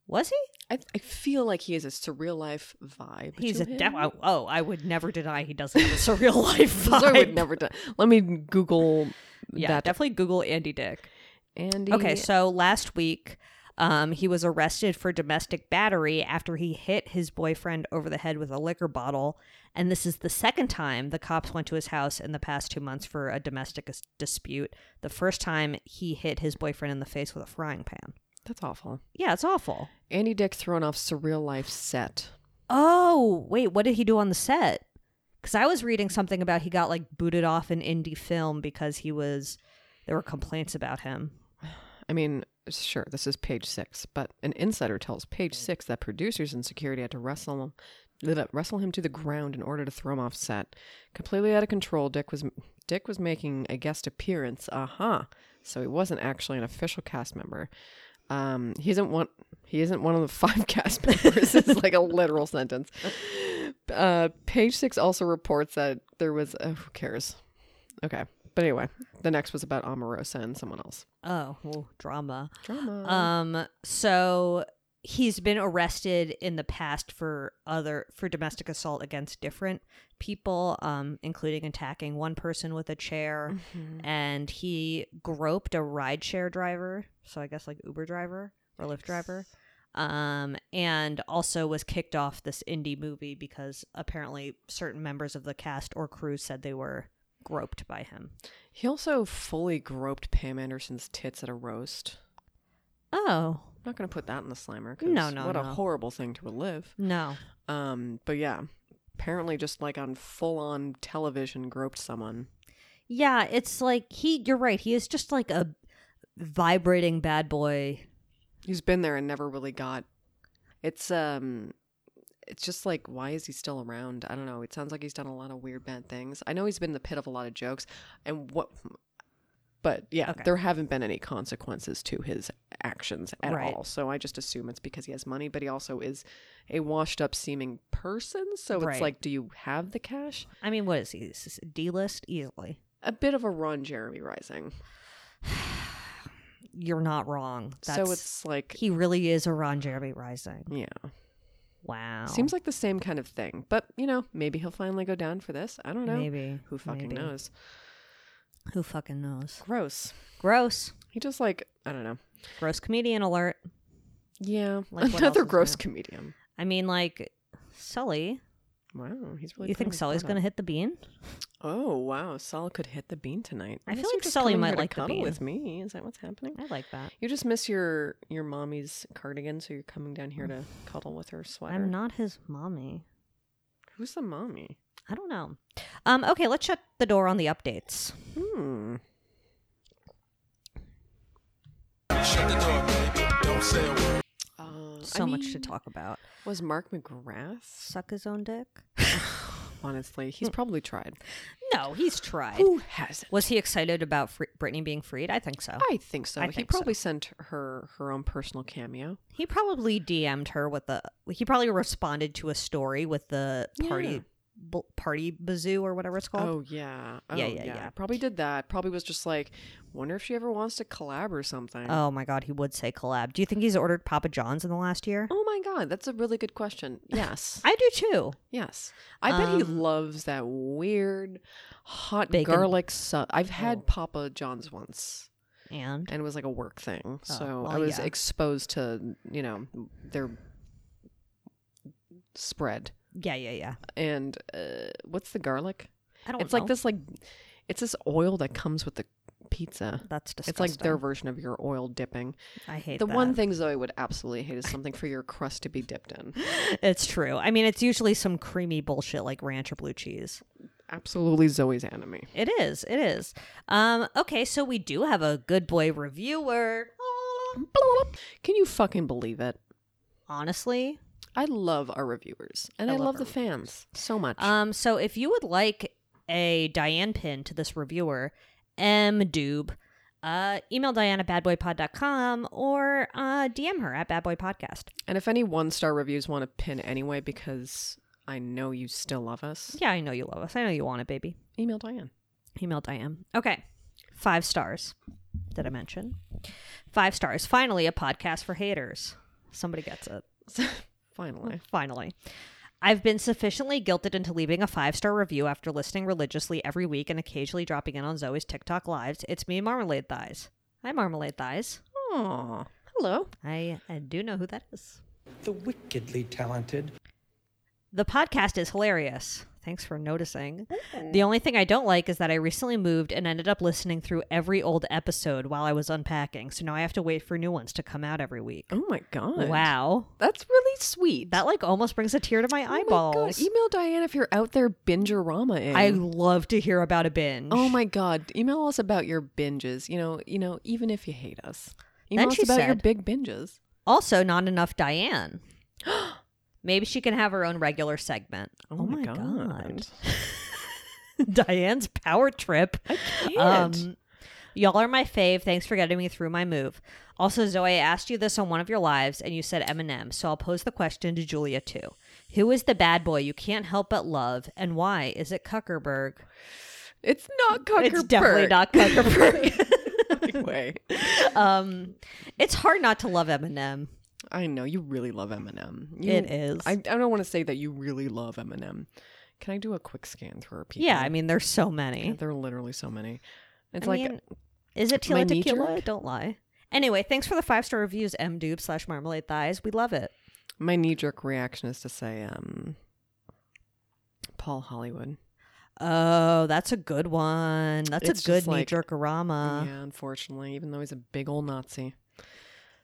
Was he? I, I feel like he has a surreal life vibe. He's to a him. de- oh, oh, I would never deny he doesn't have a surreal life So I vibe. would never. do- Let me Google Yeah, that definitely Google Andy Dick. Andy. Okay, so last week, um, he was arrested for domestic battery after he hit his boyfriend over the head with a liquor bottle. And this is the second time the cops went to his house in the past two months for a domestic as- dispute. The first time he hit his boyfriend in the face with a frying pan. That's awful. Yeah, it's awful. Andy Dick thrown off surreal life set. Oh, wait, what did he do on the set? Because I was reading something about he got like booted off an indie film because he was, there were complaints about him. I mean, sure, this is page six, but an insider tells page six that producers and security had to wrestle wrestle him to the ground in order to throw him off set. Completely out of control, Dick was Dick was making a guest appearance. Uh-huh. So he wasn't actually an official cast member. Um, he isn't one. He isn't one of the five cast members. it's like a literal sentence. Uh, page six also reports that there was. Uh, who cares? Okay, but anyway, the next was about Omarosa and someone else. Oh, well, drama. Drama. Um, so he's been arrested in the past for other for domestic assault against different people, um, including attacking one person with a chair, and he groped a rideshare driver, so I guess like Uber driver or Lyft driver. Um, and also was kicked off this indie movie because apparently certain members of the cast or crew said they were groped by him. He also fully groped Pam Anderson's tits at a roast. Oh, I'm not going to put that in the slimer. 'cause No, no, What a no. horrible thing to relive. no. Um, but yeah, apparently just like on full on television, groped someone. Yeah, it's like he you're right. He is just like a vibrating bad boy. He's been there and never really got. It's um, it's just like why is he still around? I don't know. It sounds like he's done a lot of weird bad things. I know he's been in the pit of a lot of jokes, and what. But yeah, Okay. there haven't been any consequences to his actions at Right. all. So I just assume it's because he has money, but he also is a washed up seeming person. So Right. it's like, do you have the cash? I mean, what is he? Is this a D list easily. A bit of a run, Jeremy Rising. You're not wrong. That's, so it's like, he really is a Ron Jeremy Rising. yeah. Wow. Seems like the same kind of thing. But, you know, maybe he'll finally go down for this. I don't know. maybe Who fucking maybe. knows? Who fucking knows? Gross. Gross. He just like, I don't know. Gross comedian alert. Yeah. Like, what Another else is gross new? comedian. I mean, like Sully. Wow, he's really. You think Sully's gonna hit the bean? Oh wow, Sully could hit the bean tonight. I feel guess you're like just Sully coming might here to like the cuddle bean. with me. Is that what's happening? I like that. You just miss your your mommy's cardigan, so you're coming down here to cuddle with her sweater. I'm not his mommy. Who's the mommy? I don't know. Um, okay, let's shut the door on the updates. Hmm. Shut the door, baby. Don't say a word. Uh, I So much to mean, talk about. Was Mark McGrath? Suck his own dick? Honestly, Hmm. he's probably tried. No, he's tried. Who has it? Was he excited about free- Britney being freed? I think so. I think so. I he think so. probably sent her her own personal cameo. He probably DM'd her with the. He probably responded to a story with the party Yeah. bu- party bazoo or whatever it's called. Oh yeah. Oh, Yeah, yeah, yeah. Probably did that. Probably was just like, wonder if she ever wants to collab or something. Oh my god, he would say collab. Do you think he's ordered Papa John's in the last year? Oh my god, that's a really good question. Yes. I do too. yes. I bet he Um, loves that weird hot Bacon. Oh. garlic sauce. I've had Papa John's once And and it was like a work thing. Oh, so I well, was yeah. exposed to, you know, their spread. yeah, yeah, yeah. And uh, what's the garlic? I don't. It's know. like this like it's this oil that comes with the pizza. That's It's disgusting. like their version of your oil dipping. I hate the one that. thing Zoe would absolutely hate is something for your crust to be dipped in. It's true. I mean, it's usually some creamy bullshit like ranch or blue cheese. Absolutely Zoe's enemy. It is. It is. Um. Okay, so we do have a good boy reviewer. Can you fucking believe it? Honestly, I love our reviewers and I I, love love, our the fans so much. Um, so if you would like a Diane pin to this reviewer, M Doob, uh, email Diane at badboypod.com or uh, DM her at badboypodcast. and if any one star reviews want to pin anyway, because I know you still love us, Yeah, I know you love us. I know you want it, baby. email Diane. Email Diane. Okay. Five stars. Did I mention? Five stars. Finally, a podcast for haters. Somebody gets it. Finally. Finally. I've been sufficiently guilted into leaving a five star review after listening religiously every week and occasionally dropping in on Zoe's TikTok lives. It's me and Marmalade Thighs. Hi, Marmalade Thighs. Aw, hello. I, I do know who that is. The wickedly talented. The podcast is hilarious. Thanks for noticing. The only thing I don't like is that I recently moved and ended up listening through every old episode while I was unpacking. So now I have to wait for new ones to come out every week. Oh my god. Wow. That's really sweet. That like almost brings a tear to my Oh my God. eyeballs. Email Diane if you're out there bingeramaing. I love to hear about a binge. Oh my god. Email us about your binges. You know, you know, even if you hate us. Then Email us she about your said- big binges. Also, not enough Diane. Maybe she can have her own regular segment. Oh my God. God. Diane's power trip. I can't. y'all are my fave. Thanks for getting me through my move. Also, Zoe, I asked you this on one of your lives, and you said Eminem. So I'll pose the question to Julia too. Who is the bad boy you can't help but love, and why? Is it Kuckerberg? It's not Cuckerberg. It's definitely not Kuckerberg. way. um, it's hard not to love Eminem. I know you really love Eminem. You, It is. I, I don't want to say that you really love Eminem. Can I do a quick scan through our people? Yeah, I mean, there's so many. Yeah, there are literally so many. It's I like mean, is it my Tila knee Tequila? jerk? Don't lie. Anyway, thanks for the five star reviews, mdube slash marmalade thighs. We love it. my knee jerk reaction is to say, um, Paul Hollywood. Oh, that's a good one. That's It's a just good knee like- jerkorama. yeah, unfortunately, even though he's a big old Nazi.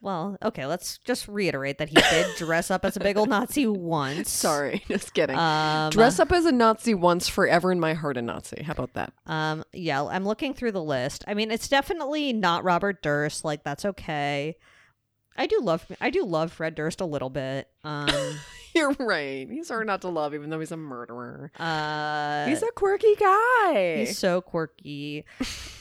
Well, okay, let's just reiterate that he did dress up as a big old Nazi once. Sorry, just kidding. Um, Dress up as a Nazi once, forever in my heart a Nazi. How about that? Um, yeah, I'm looking through the list. I mean, it's definitely not Robert Durst. Like, that's okay. I do love I do love Fred Durst a little bit. Um, You're right. He's hard not to love, even though he's a murderer. uh, he's a quirky guy. He's so quirky.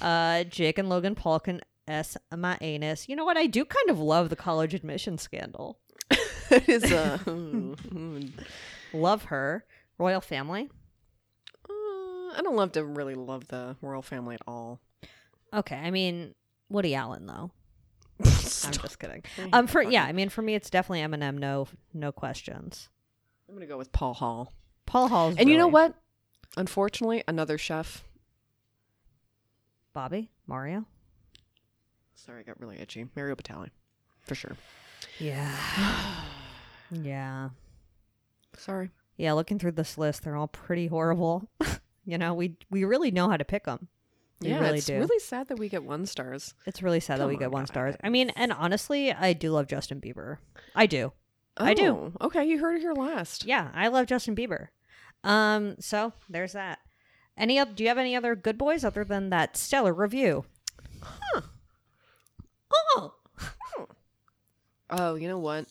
Uh, Jake and Logan Paul can S my anus. You know what? I do kind of love the college admission scandal. It is a uh, Love her. Royal family. I don't love to really love the royal family at all. Okay, I mean Woody Allen though. I'm just kidding. Um, for yeah, I mean for me it's definitely Eminem. No, no questions. I'm gonna go with Paul Hall. Paul Hall's And you know really- what? Unfortunately, another chef. Bobby Mario. Sorry, I got really itchy. Mario Batali, for sure. Yeah. yeah. Sorry. Yeah. Looking through this list, they're all pretty horrible. you know, we we really know how to pick them. We yeah, really it's do. really sad that we get one stars. It's really sad that Come we get on, one stars. guys. I mean, and honestly, I do love Justin Bieber. I do. I do. Oh, Okay, you heard it here last. Yeah, I love Justin Bieber. Um, so there's that. Any up? Do you have any other good boys other than that stellar review? Huh. Oh, Oh, you know what?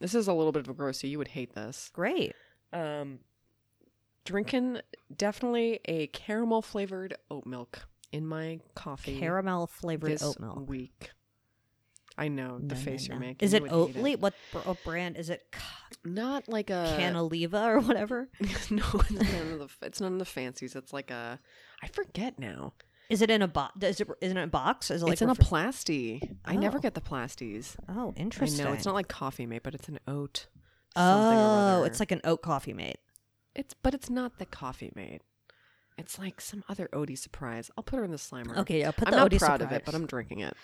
This is a little bit of a grossy. You would hate this. great. Um, drinking definitely a caramel flavored oat milk in my coffee. Caramel flavored this oat milk. week. I know No, the no, face no. you're making. Is You it would Oatly? hate What br- what brand is it? Ca- Not like a Canaliva or whatever. no, it's none of the. It's none of the fancies. It's like a. I forget now. Is it in a box? Is it is it in a box? Is it like it's in a refri- plasti. I never Oh. get the plasties. Oh, I interesting. know it's not like coffee mate, but it's an oat. something or oh, other. it's like an oat coffee mate. it's, but it's not the coffee mate. It's like some other Odie surprise. I'll put her in the slimer. Okay, yeah, put I'm the not Oatie proud of it, but surprise. I'm drinking it.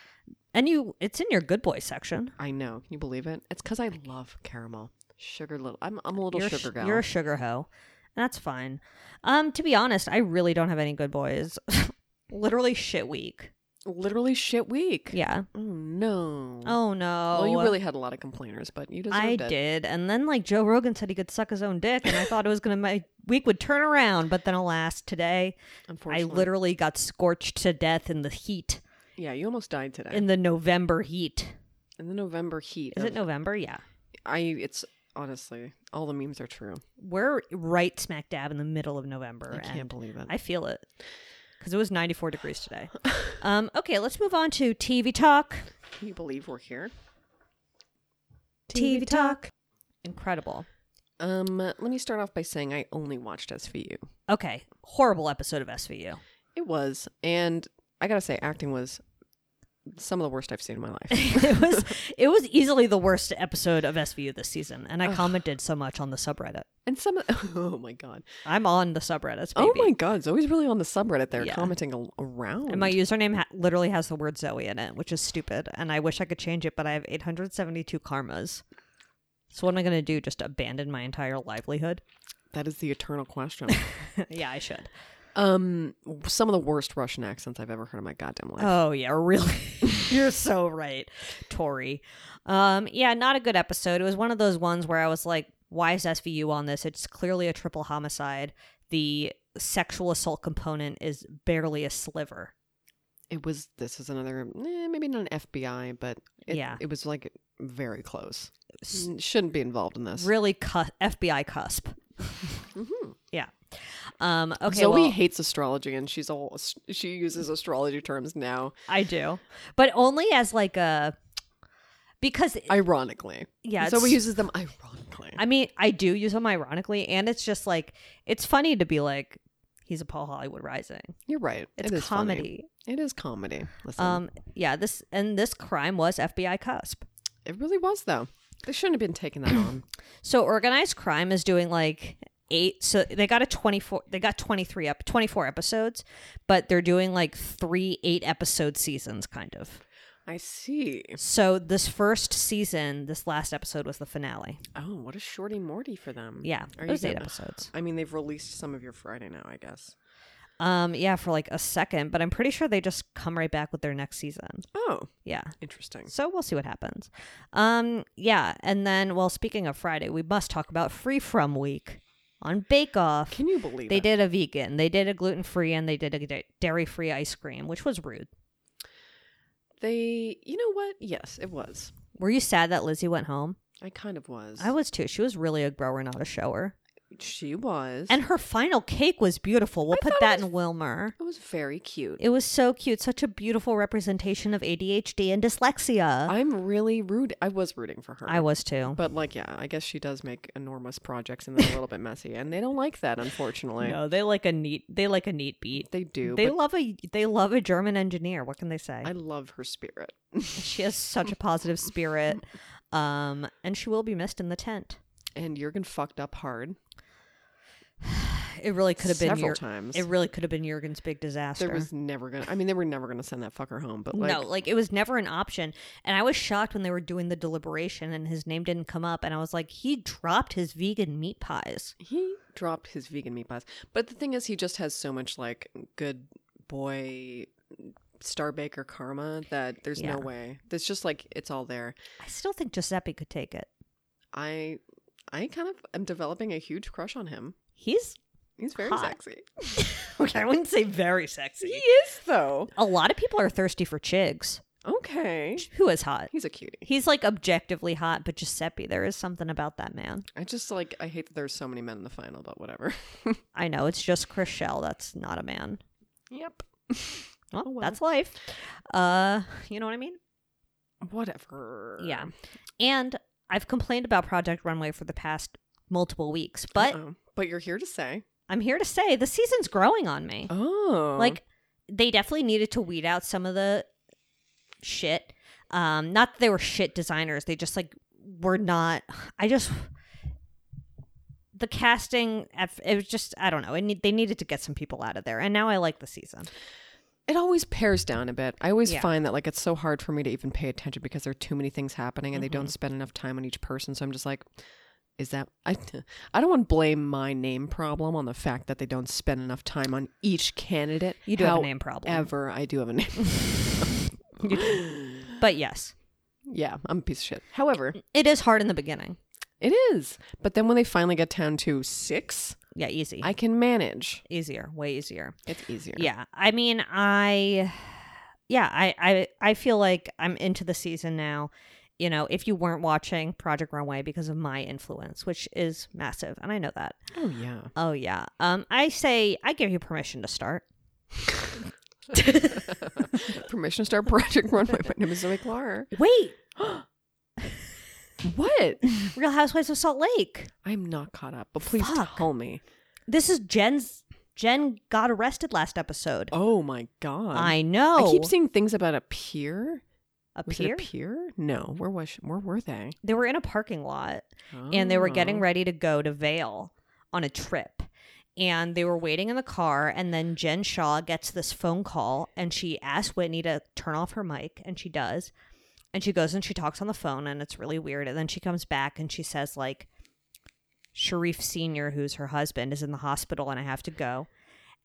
And you, it's in your good boy section. I know. Can you believe it? It's because I love caramel, sugar. Little. I'm. I'm a little you're, a sugar sh- gal. You're a sugar hoe. That's fine. Um, to be honest, I really don't have any good boys. Literally shit week. Literally shit week. Yeah. Oh no. Oh no. Well, you really had a lot of complainers, but you deserved I it. did, and then like Joe Rogan said, he could suck his own dick, and I thought it was gonna my week would turn around, but then alas, today I Unfortunately, literally got scorched to death in the heat, Yeah, you almost died today in, in the November heat. the November heat. Is of- it November? Yeah, I. It's honestly all the memes are true. we're right smack dab in the middle of November. I and can't believe it. I feel it because it was 94 degrees today. Um, okay, let's move on to TV talk. Can you believe we're here? TV talk. Incredible. Um, let me start off by saying I only watched SVU. Okay, horrible episode of SVU. It was, and I gotta say, acting was some of the worst I've seen in my life. it was it was easily the worst episode of SVU this season, and I commented so much on the subreddit. and some of oh my god. I'm on the subreddits, baby. Oh my god, Zoe's really on the subreddit there Yeah. commenting a- around. And my username ha- literally has the word Zoe in it, which is stupid. And I wish I could change it, but I have 872 karmas. So what am I going to do? Just abandon my entire livelihood? that is the eternal question. yeah, I should. um some of the worst Russian accents I've ever heard in my goddamn life. Oh yeah, really. You're so right, Tori. Um, yeah, not a good episode. It was one of those ones where I was like, "Why is SVU on this? It's clearly a triple homicide. The sexual assault component is barely a sliver." it was this is another eh, maybe not an FBI, but it, Yeah. it was like very close. S- N- Shouldn't be involved in this. Really, cu- FBI cusp. Mhm. Yeah. Um, okay. Zoe well- hates astrology, and she's all she uses astrology terms now. I do, but only as like a because uh, Ironically, Yeah, Zoe it's- uses them ironically. I mean I do use them ironically, and it's just like it's funny to be like he's a Paul Hollywood Rising. You're right. It's It is funny. comedy. It is comedy. Listen, Um, yeah, this and this crime was FBI cusp. it really was though. They shouldn't have been taking that on. So organized crime is doing like eight. So they got a twenty four. They got twenty three up twenty four episodes, but they're doing like three eight episode seasons, kind of. I see. So this first season, this last episode was the finale. Oh, what a shorty Morty for them. Yeah, Are it you was eight gonna- episodes. I mean, they've released some of your Friday now, I guess. Um, yeah, for like a second, but I'm pretty sure they just come right back with their next season. Oh, Yeah. interesting. So we'll see what happens. Um, yeah, and then well, speaking of Friday, we must talk about Free From Week on Bake Off. Can you believe they it? did a vegan, they did a gluten free, and they did a dairy free ice cream, which was rude. They, you know what? Yes, it was. Were you sad that Lizzie went home? I kind of was. I was too. She was really a grower, not a shower. She was. And her final cake was beautiful. We'll put that in Wilmer. it was very cute. It was so cute. Such a beautiful representation of ADHD and dyslexia. I'm really rude. I was rooting for her. I was too. But like, yeah, I guess she does make enormous projects and they're a little bit messy, and they don't like that, unfortunately. No, they like a neat. They like a neat beat. They do. They but love a they love a German engineer. What can they say? I love her spirit. she has such a positive spirit, um, and she will be missed in the tent. and Jurgen fucked up hard. It really could have been Several Jur- times. It really could have been Jurgen's big disaster. There was never gonna. I mean, they were never gonna send that fucker home. But like, no, like it was never an option. And I was shocked when they were doing the deliberation and his name didn't come up. And I was like, he dropped his vegan meat pies. he dropped his vegan meat pies. But the thing is, he just has so much like good boy star baker karma that there's Yeah. no way. It's just like it's all there. I still think Giuseppe could take it. I, I kind of am developing a huge crush on him. He's He's very Hot. sexy. okay. I wouldn't say very sexy. is though. A lot of people are thirsty for Chigs. Okay. Who is hot? He's a cutie. He's like objectively hot, but Giuseppe, there is something about that man. I just like I hate that there's so many men in the final, but whatever. I know it's just Chris Shell. That's not a man. yep. Well, Oh, well. that's life. Uh, you know what I mean? Whatever. Yeah. And I've complained about Project Runway for the past multiple weeks, but Uh-oh. but you're here to say. I'm here to say the season's growing on me. Oh. Like they definitely needed to weed out some of the shit. Um, not that they were shit designers. They just like were not. I just the casting. at f- It was just I don't know. It need, they needed to get some people out of there, and now I like the season. it always pairs down a bit. I always Yeah. find that like it's so hard for me to even pay attention because there are too many things happening and they Mm-hmm. don't spend enough time on each person. So I'm just like, is that I? I don't want to blame my name problem on the fact that they don't spend enough time on each candidate. You do have a name problem, Ever, I do have a name. but yes, yeah, I'm a piece of shit. However, it is hard in the beginning. it is. But then when they finally get down to six, Yeah, easy, I can manage. easier, way easier. It's easier. Yeah, I mean, I, yeah, I, I, I feel like I'm into the season now. You know, if you weren't watching Project Runway because of my influence, which is massive, and I know that. Oh yeah. Oh yeah. Um, I say I give you permission to start. Permission to start Project Runway. My name is Zoe Clark. Wait, What? Real Housewives of Salt Lake. I'm not caught up, but please Fuck. tell me. This is Jen's Jen got arrested last episode. Oh my god. um, I know. I keep seeing things about a pier. a Was pier. it a pier? No. Where was she? where were they? They were in a parking lot and they were getting Oh. ready to go to Vale on a trip. And they were waiting in the car, and then Jen Shaw gets this phone call, and she asks Whitney to turn off her mic, and she does. And she goes and she talks on the phone, and it's really weird. And then she comes back and she says, like, Sharif Sr., who's her husband, is in the hospital, and I have to go.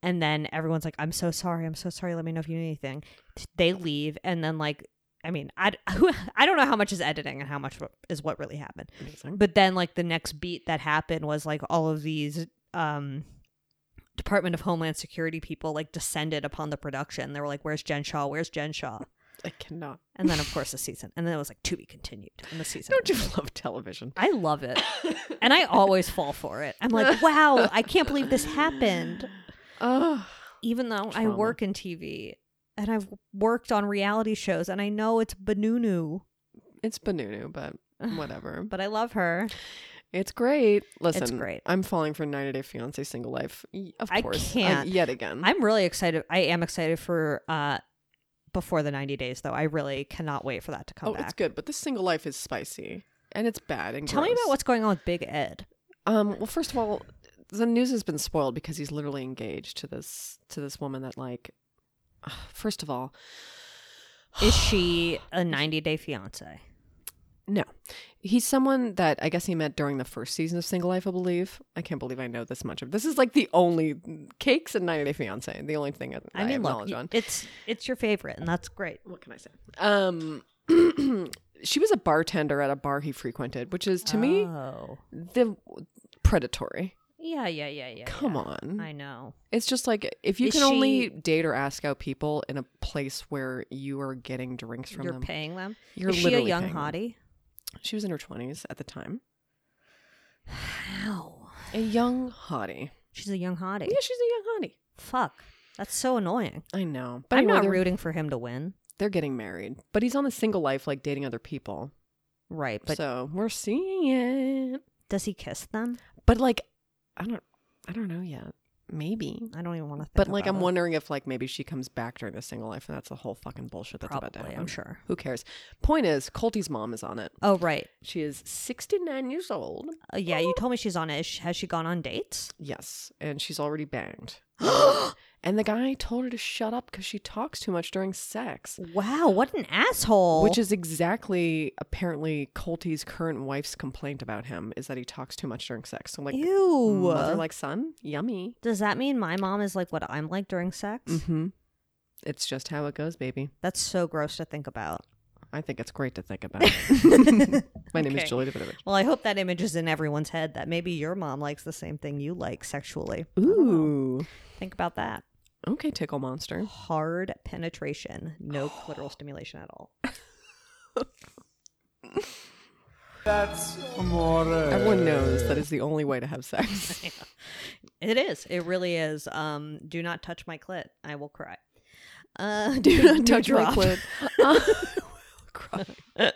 And then everyone's like, I'm so sorry. I'm so sorry. Let me know if you need anything. They leave, and then, like, I mean, I, I don't know how much is editing and how much is what really happened. Amazing. But then like the next beat that happened was like all of these um Department of Homeland Security people like descended upon the production. They were like, Where's Jen Shaw? Where's Jen Shaw? I cannot. And then of course the season. And then it was like to be continued in the season. Don't you love television? I love it. and I always fall for it. I'm like, wow, I can't believe this happened. Oh, Even though I Trauma. work in TV and I've worked on reality shows and I know it's Banunu. it's Benunu, but whatever. But I love her. It's great. Listen, great. I'm falling for 90 Day Fiance Single Life. Y- Of I course, uh, can't. yet again. I'm really excited. I am excited for uh before the 90 days though. I really cannot wait for that to come oh, back. it's good, but this Single Life is spicy and it's bad. And Tell me gross. about what's going on with Big Ed. Um. Well, first of all, the news has been spoiled because he's literally engaged to this to this woman that like. First of all, Is she a 90 day fiance? No. He's someone that I guess he met during the first season of Single Life, I believe. I can't believe I know this much of this is like the only cakes and 90 Day Fiance, the only thing that I, I mean, have look, knowledge on. it's it's your favorite, and that's great. what can I say? Um she was a bartender at a bar he frequented, which is to me oh, the predatory. yeah, yeah, yeah, yeah. Come yeah. on. I know. It's just like if you Is can she- only date or ask out people in a place where you are getting drinks from You're them. paying them. You're Is she a literally young paying them. hottie? She was in her 20s at the time. How? A young hottie. She's a young hottie. Yeah, she's a young hottie. Fuck. That's so annoying. I know. But I'm anyway, not they're- rooting for him to win. They're getting married, but he's on the single life, like dating other people. Right, but so we're seeing it. does he kiss them? But like, I don't, I don't know yet. Maybe. I don't even want to think But like, about I'm it. wondering if like maybe she comes back during the single life, and that's the whole fucking bullshit that's about to Probably, happen. I'm sure. Who cares? Point is, Colty's mom is on it. Oh, right. She is 69 years old. Uh, yeah, you told me she's on it. Is she- Has she gone on dates? Yes, and she's already banged. Um, and the guy told her to shut up because she talks too much during sex. Wow, what an asshole! Which is exactly apparently Colty's current wife's complaint about him is that he talks too much during sex. So I'm like ew. mother like son, yummy. Does that mean my mom is like what I'm like during sex? Mm-hmm. It's just how it goes, baby. That's so gross to think about. I think it's great to think about. My name Okay. is Julie Davidovich. Well, I hope that image is in everyone's head that maybe your mom likes the same thing you like sexually. I don't know. Ooh. think about that. Okay, tickle monster. Hard penetration, no clitoral stimulation at all. Everyone knows that is the only way to have sex. It is. It really is. Um, do not touch my clit. I will cry. Uh, Do not touch my Um, drop. clit.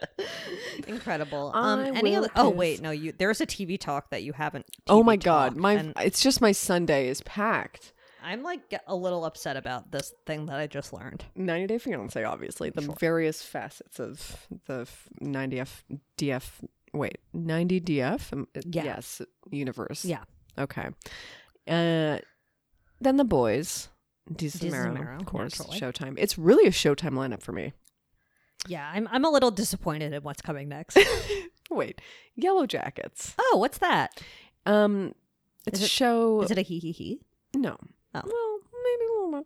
Incredible. Um, I any will other? Oh piss. wait, no. You there's a TV talk that you haven't. oh TV my god, talk, my and it's just my Sunday is packed. I'm like get- a little upset about this thing that I just learned. 90 Day Fiance, obviously, the various facets of the 90F DF. Wait, 90 DF? Um, it- Yeah. Yes, universe. Yeah. Okay. Uh, then the boys. Dee DeSamaro, Zamaro, of course, naturally. Showtime. It's really a Showtime lineup for me. Yeah, I'm I'm a little disappointed in what's coming next. Wait, Yellow Jackets. oh, what's that? Um, it's Is a it- show. Is it a hee hee hee? No. Oh. Well, maybe a little more.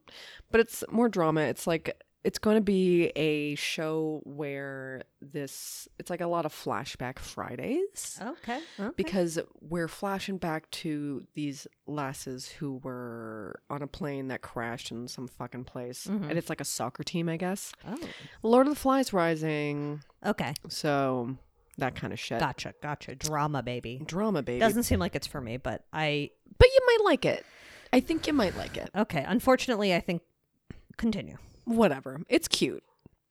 But it's more drama. It's like it's going to be a show where this it's like a lot of flashback Fridays Okay. Oh, okay. because we're flashing back to these lasses who were on a plane that crashed in some fucking place Mhm. and it's like a soccer team, I guess. oh, Lord of the Flies rising. okay. So that kind of shit. Gotcha. Gotcha. Drama, baby. Drama baby. Doesn't seem like it's for me, but I but you might like it. I think you might like it. okay. Unfortunately, I think continue. Whatever. It's cute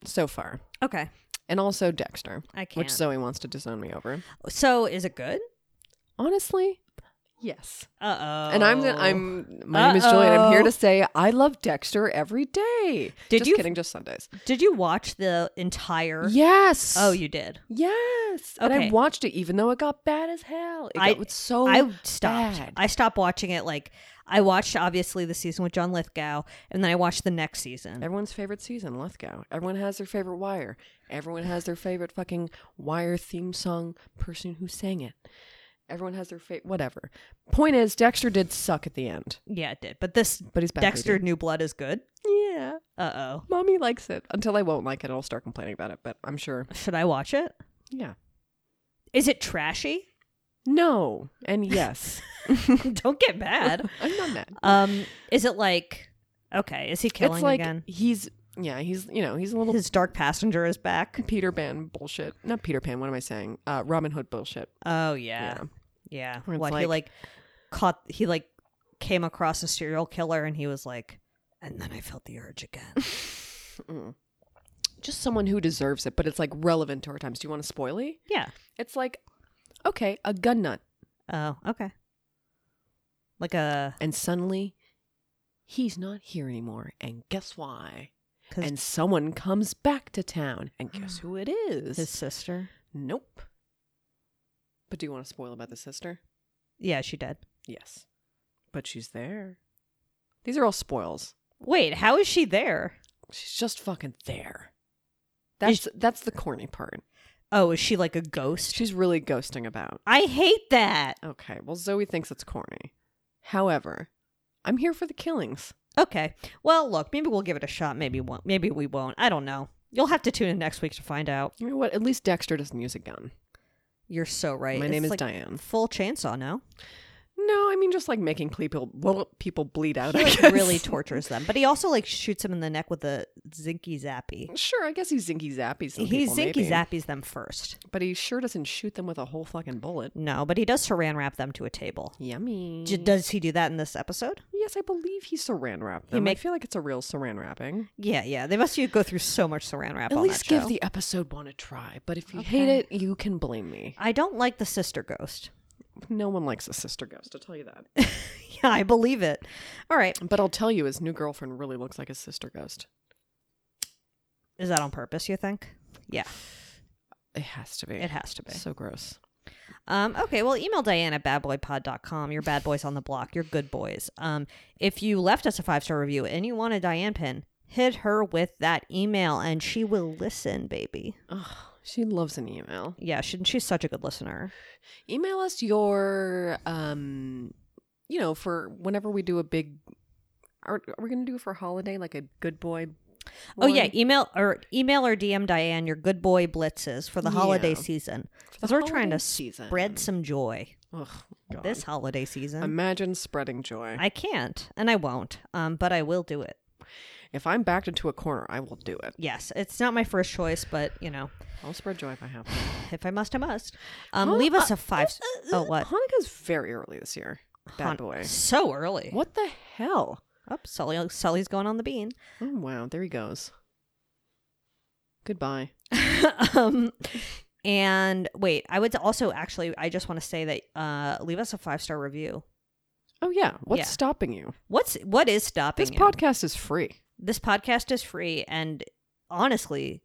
so far. Okay, and also Dexter, I can't. which Zoe wants to disown me over. so is it good? Honestly, Yes. Uh oh. And I'm the, I'm my name is Julian. I'm here Uh-oh. to say I love Dexter every day. Did just you- kidding? Just Sundays. Did you watch the entire? Yes. Oh, you did. Yes. And I Okay. watched it, even though it got bad as hell. It I- got, it's so I stopped. bad. I stopped watching it. Like I watched obviously the season with John Lithgow, and then I watched the next season. Everyone's favorite season, Lithgow. Everyone has their favorite wire. Everyone has their favorite fucking wire theme song person who sang it. Everyone has their favorite whatever. Point is, Dexter did suck at the end, Yeah, it did. But this but he's back. Dexter baby. New Blood is good. Yeah, Uh oh. mommy likes it. Until I won't like it, I'll start complaining about it. But I'm sure. Should I watch it? Yeah. Is it trashy? No. And yes. Don't get mad. I'm not mad. Um, is it like okay? Is he killing it's like again? he's yeah he's you know he's a little His dark passenger is back. Peter Pan bullshit. Not Peter Pan. What am I saying? Uh, Robin Hood bullshit. Oh yeah, yeah. Where it's What he like- like caught? He like came across a serial killer, and he was like, and then I felt the urge again. Mm. Just someone who deserves it, but it's like relevant to our times. Do you want to spoily? yeah. It's like okay, a gun nut, Oh, okay. Like a and suddenly he's not here anymore, and guess why? because and someone comes back to town, and guess who it is? his sister. nope. But do you want to spoil about the sister? Yeah, she did. Yes. But she's there. These are all spoils. Wait, how is she there? She's just fucking there. Is- That's that's the corny part. Oh, is she like a ghost? She's really ghosting about. I hate that. Okay, well Zoe thinks it's corny. However, I'm here for the killings. Okay. Well, look, maybe we'll give it a shot. Maybe won't. Maybe we won't. I don't know. You'll have to tune in next week to find out. You know what? At least Dexter doesn't use a gun. You're so right. My It's name is like Diane. Full chainsaw, no? No, I mean just like making people well, people bleed out. He I like, guess. really tortures them, but he also like shoots him in the neck with a zinky zappy. Sure, I guess he zinky zappies. Some He people, zinky maybe. zappies them first. but he sure doesn't shoot them with a whole fucking bullet. No, but he does saran wrap them to a table. Yummy. J- Does he do that in this episode? yes, I believe he saran wrapped He them. make- I feel like it's a real saran wrapping. Yeah, yeah. They must go through so much saran wrap. At on least that give show. the episode one a try. But if you hate it, you can blame me. I don't like the sister ghost. No one likes a sister ghost, I'll tell you that. yeah, I believe it. All right, but I'll tell you, his new girlfriend really looks like a sister ghost. is that on purpose? You think? Yeah, It has to be. it has to be. So gross. Um, okay, well, email Diane at badboypod.com. Your bad boys on the block. You're good boys. Um, if you left us a five star review and you want a Diane pin, hit her with that email and she will listen, baby. Oh, she loves an email. Yeah, she, she's such a good listener. Email us your, um, you know, for whenever we do a big. Are, are we going to do it for holiday like a good boy? Oh yeah, one? email or email or DM Diane your good boy blitzes for the holiday Yeah. season For the because we're trying holiday to season. spread some joy Ugh, God. this holiday season. Imagine spreading joy. I can't and I won't, um, but I will do it. if I'm backed into a corner, I will do it. Yes, it's not my first choice, but you know, I'll spread joy if I have to. if I must, I must. Um, Hanu- leave us uh, a five. uh, oh, what? Hanukkah's very early this year. Bad Han- boy. So early. What the hell? Oh, Sully, Sully's going on the bean. Oh wow, there he goes. Goodbye. um, and wait, I would also actually, I just want to say that uh, leave us a five star review. Oh yeah, what's Yeah. stopping you? What's what is stopping This you? podcast is free. this podcast is free, and honestly,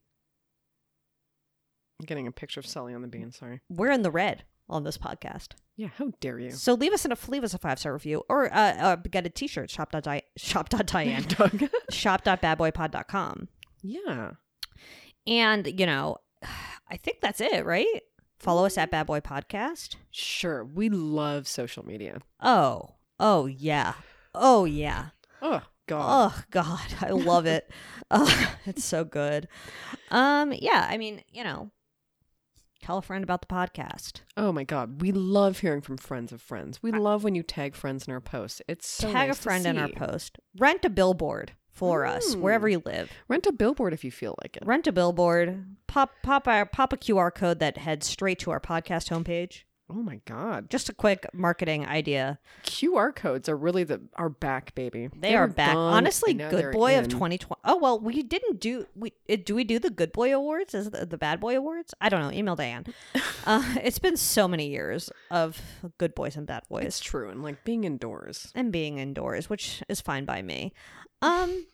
I'm getting a picture of Sully on the bean. Sorry. we're in the red on this podcast. Yeah, how dare you? So leave us a leave us a five star review or uh, uh, get a t shirt shop dot di- shop dot Diane Doug. shop dot badboypod.com. yeah. and you know I think that's it right. Follow us at Bad Boy Podcast. Sure. We love social media. Oh oh yeah oh yeah Oh God. oh god I love it. oh, it's so good. Um yeah I mean you know tell a friend about the podcast. Oh my God. We love hearing from friends of friends. We love when you tag friends in our posts. It's so Tag nice a to friend in our see. post. Rent a billboard for us Mm. wherever you live. Rent a billboard if you feel like it. rent a billboard, pop pop our pop a QR code that heads straight to our podcast homepage. Oh my god. Just a quick marketing idea. QR codes are really the are back, baby. They, were are back. gone, Honestly, and now Good they're Boy of in. 2020. Oh well, we didn't do we uh, do we do the Good Boy Awards? Is it the, the Bad Boy Awards? I don't know. Email Diane. uh, it's been so many years of good boys and bad boys. It's true, and like being indoors. and being indoors, which is fine by me. Um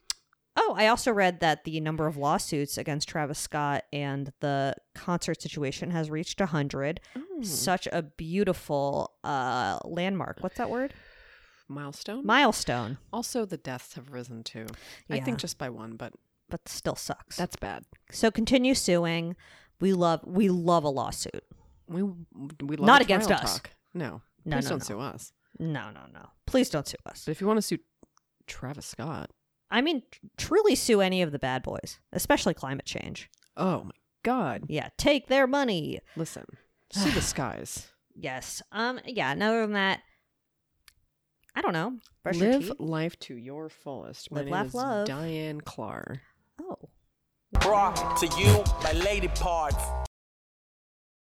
oh, I also read that the number of lawsuits against Travis Scott and the concert situation has reached 100. Such a beautiful uh landmark. What's that word? Milestone. Milestone, also, the deaths have risen too. I Yeah. think just by one, but but still sucks. that's bad. so continue suing. We love we love a lawsuit. We we love Not a against trial us. Talk. No, No, please no, don't no. sue us. No, no, no. Please don't sue us. But if you want to sue Travis Scott, I mean, tr- truly sue any of the bad boys, especially climate change. oh my god, Yeah, take their money. listen, sue the skies. Yes. Um. Yeah. And other than that, I don't know. Brush your Live teeth? life to your fullest. Live, My laugh, name is love. Diane Clark. Oh. Brought to you by Lady Parts.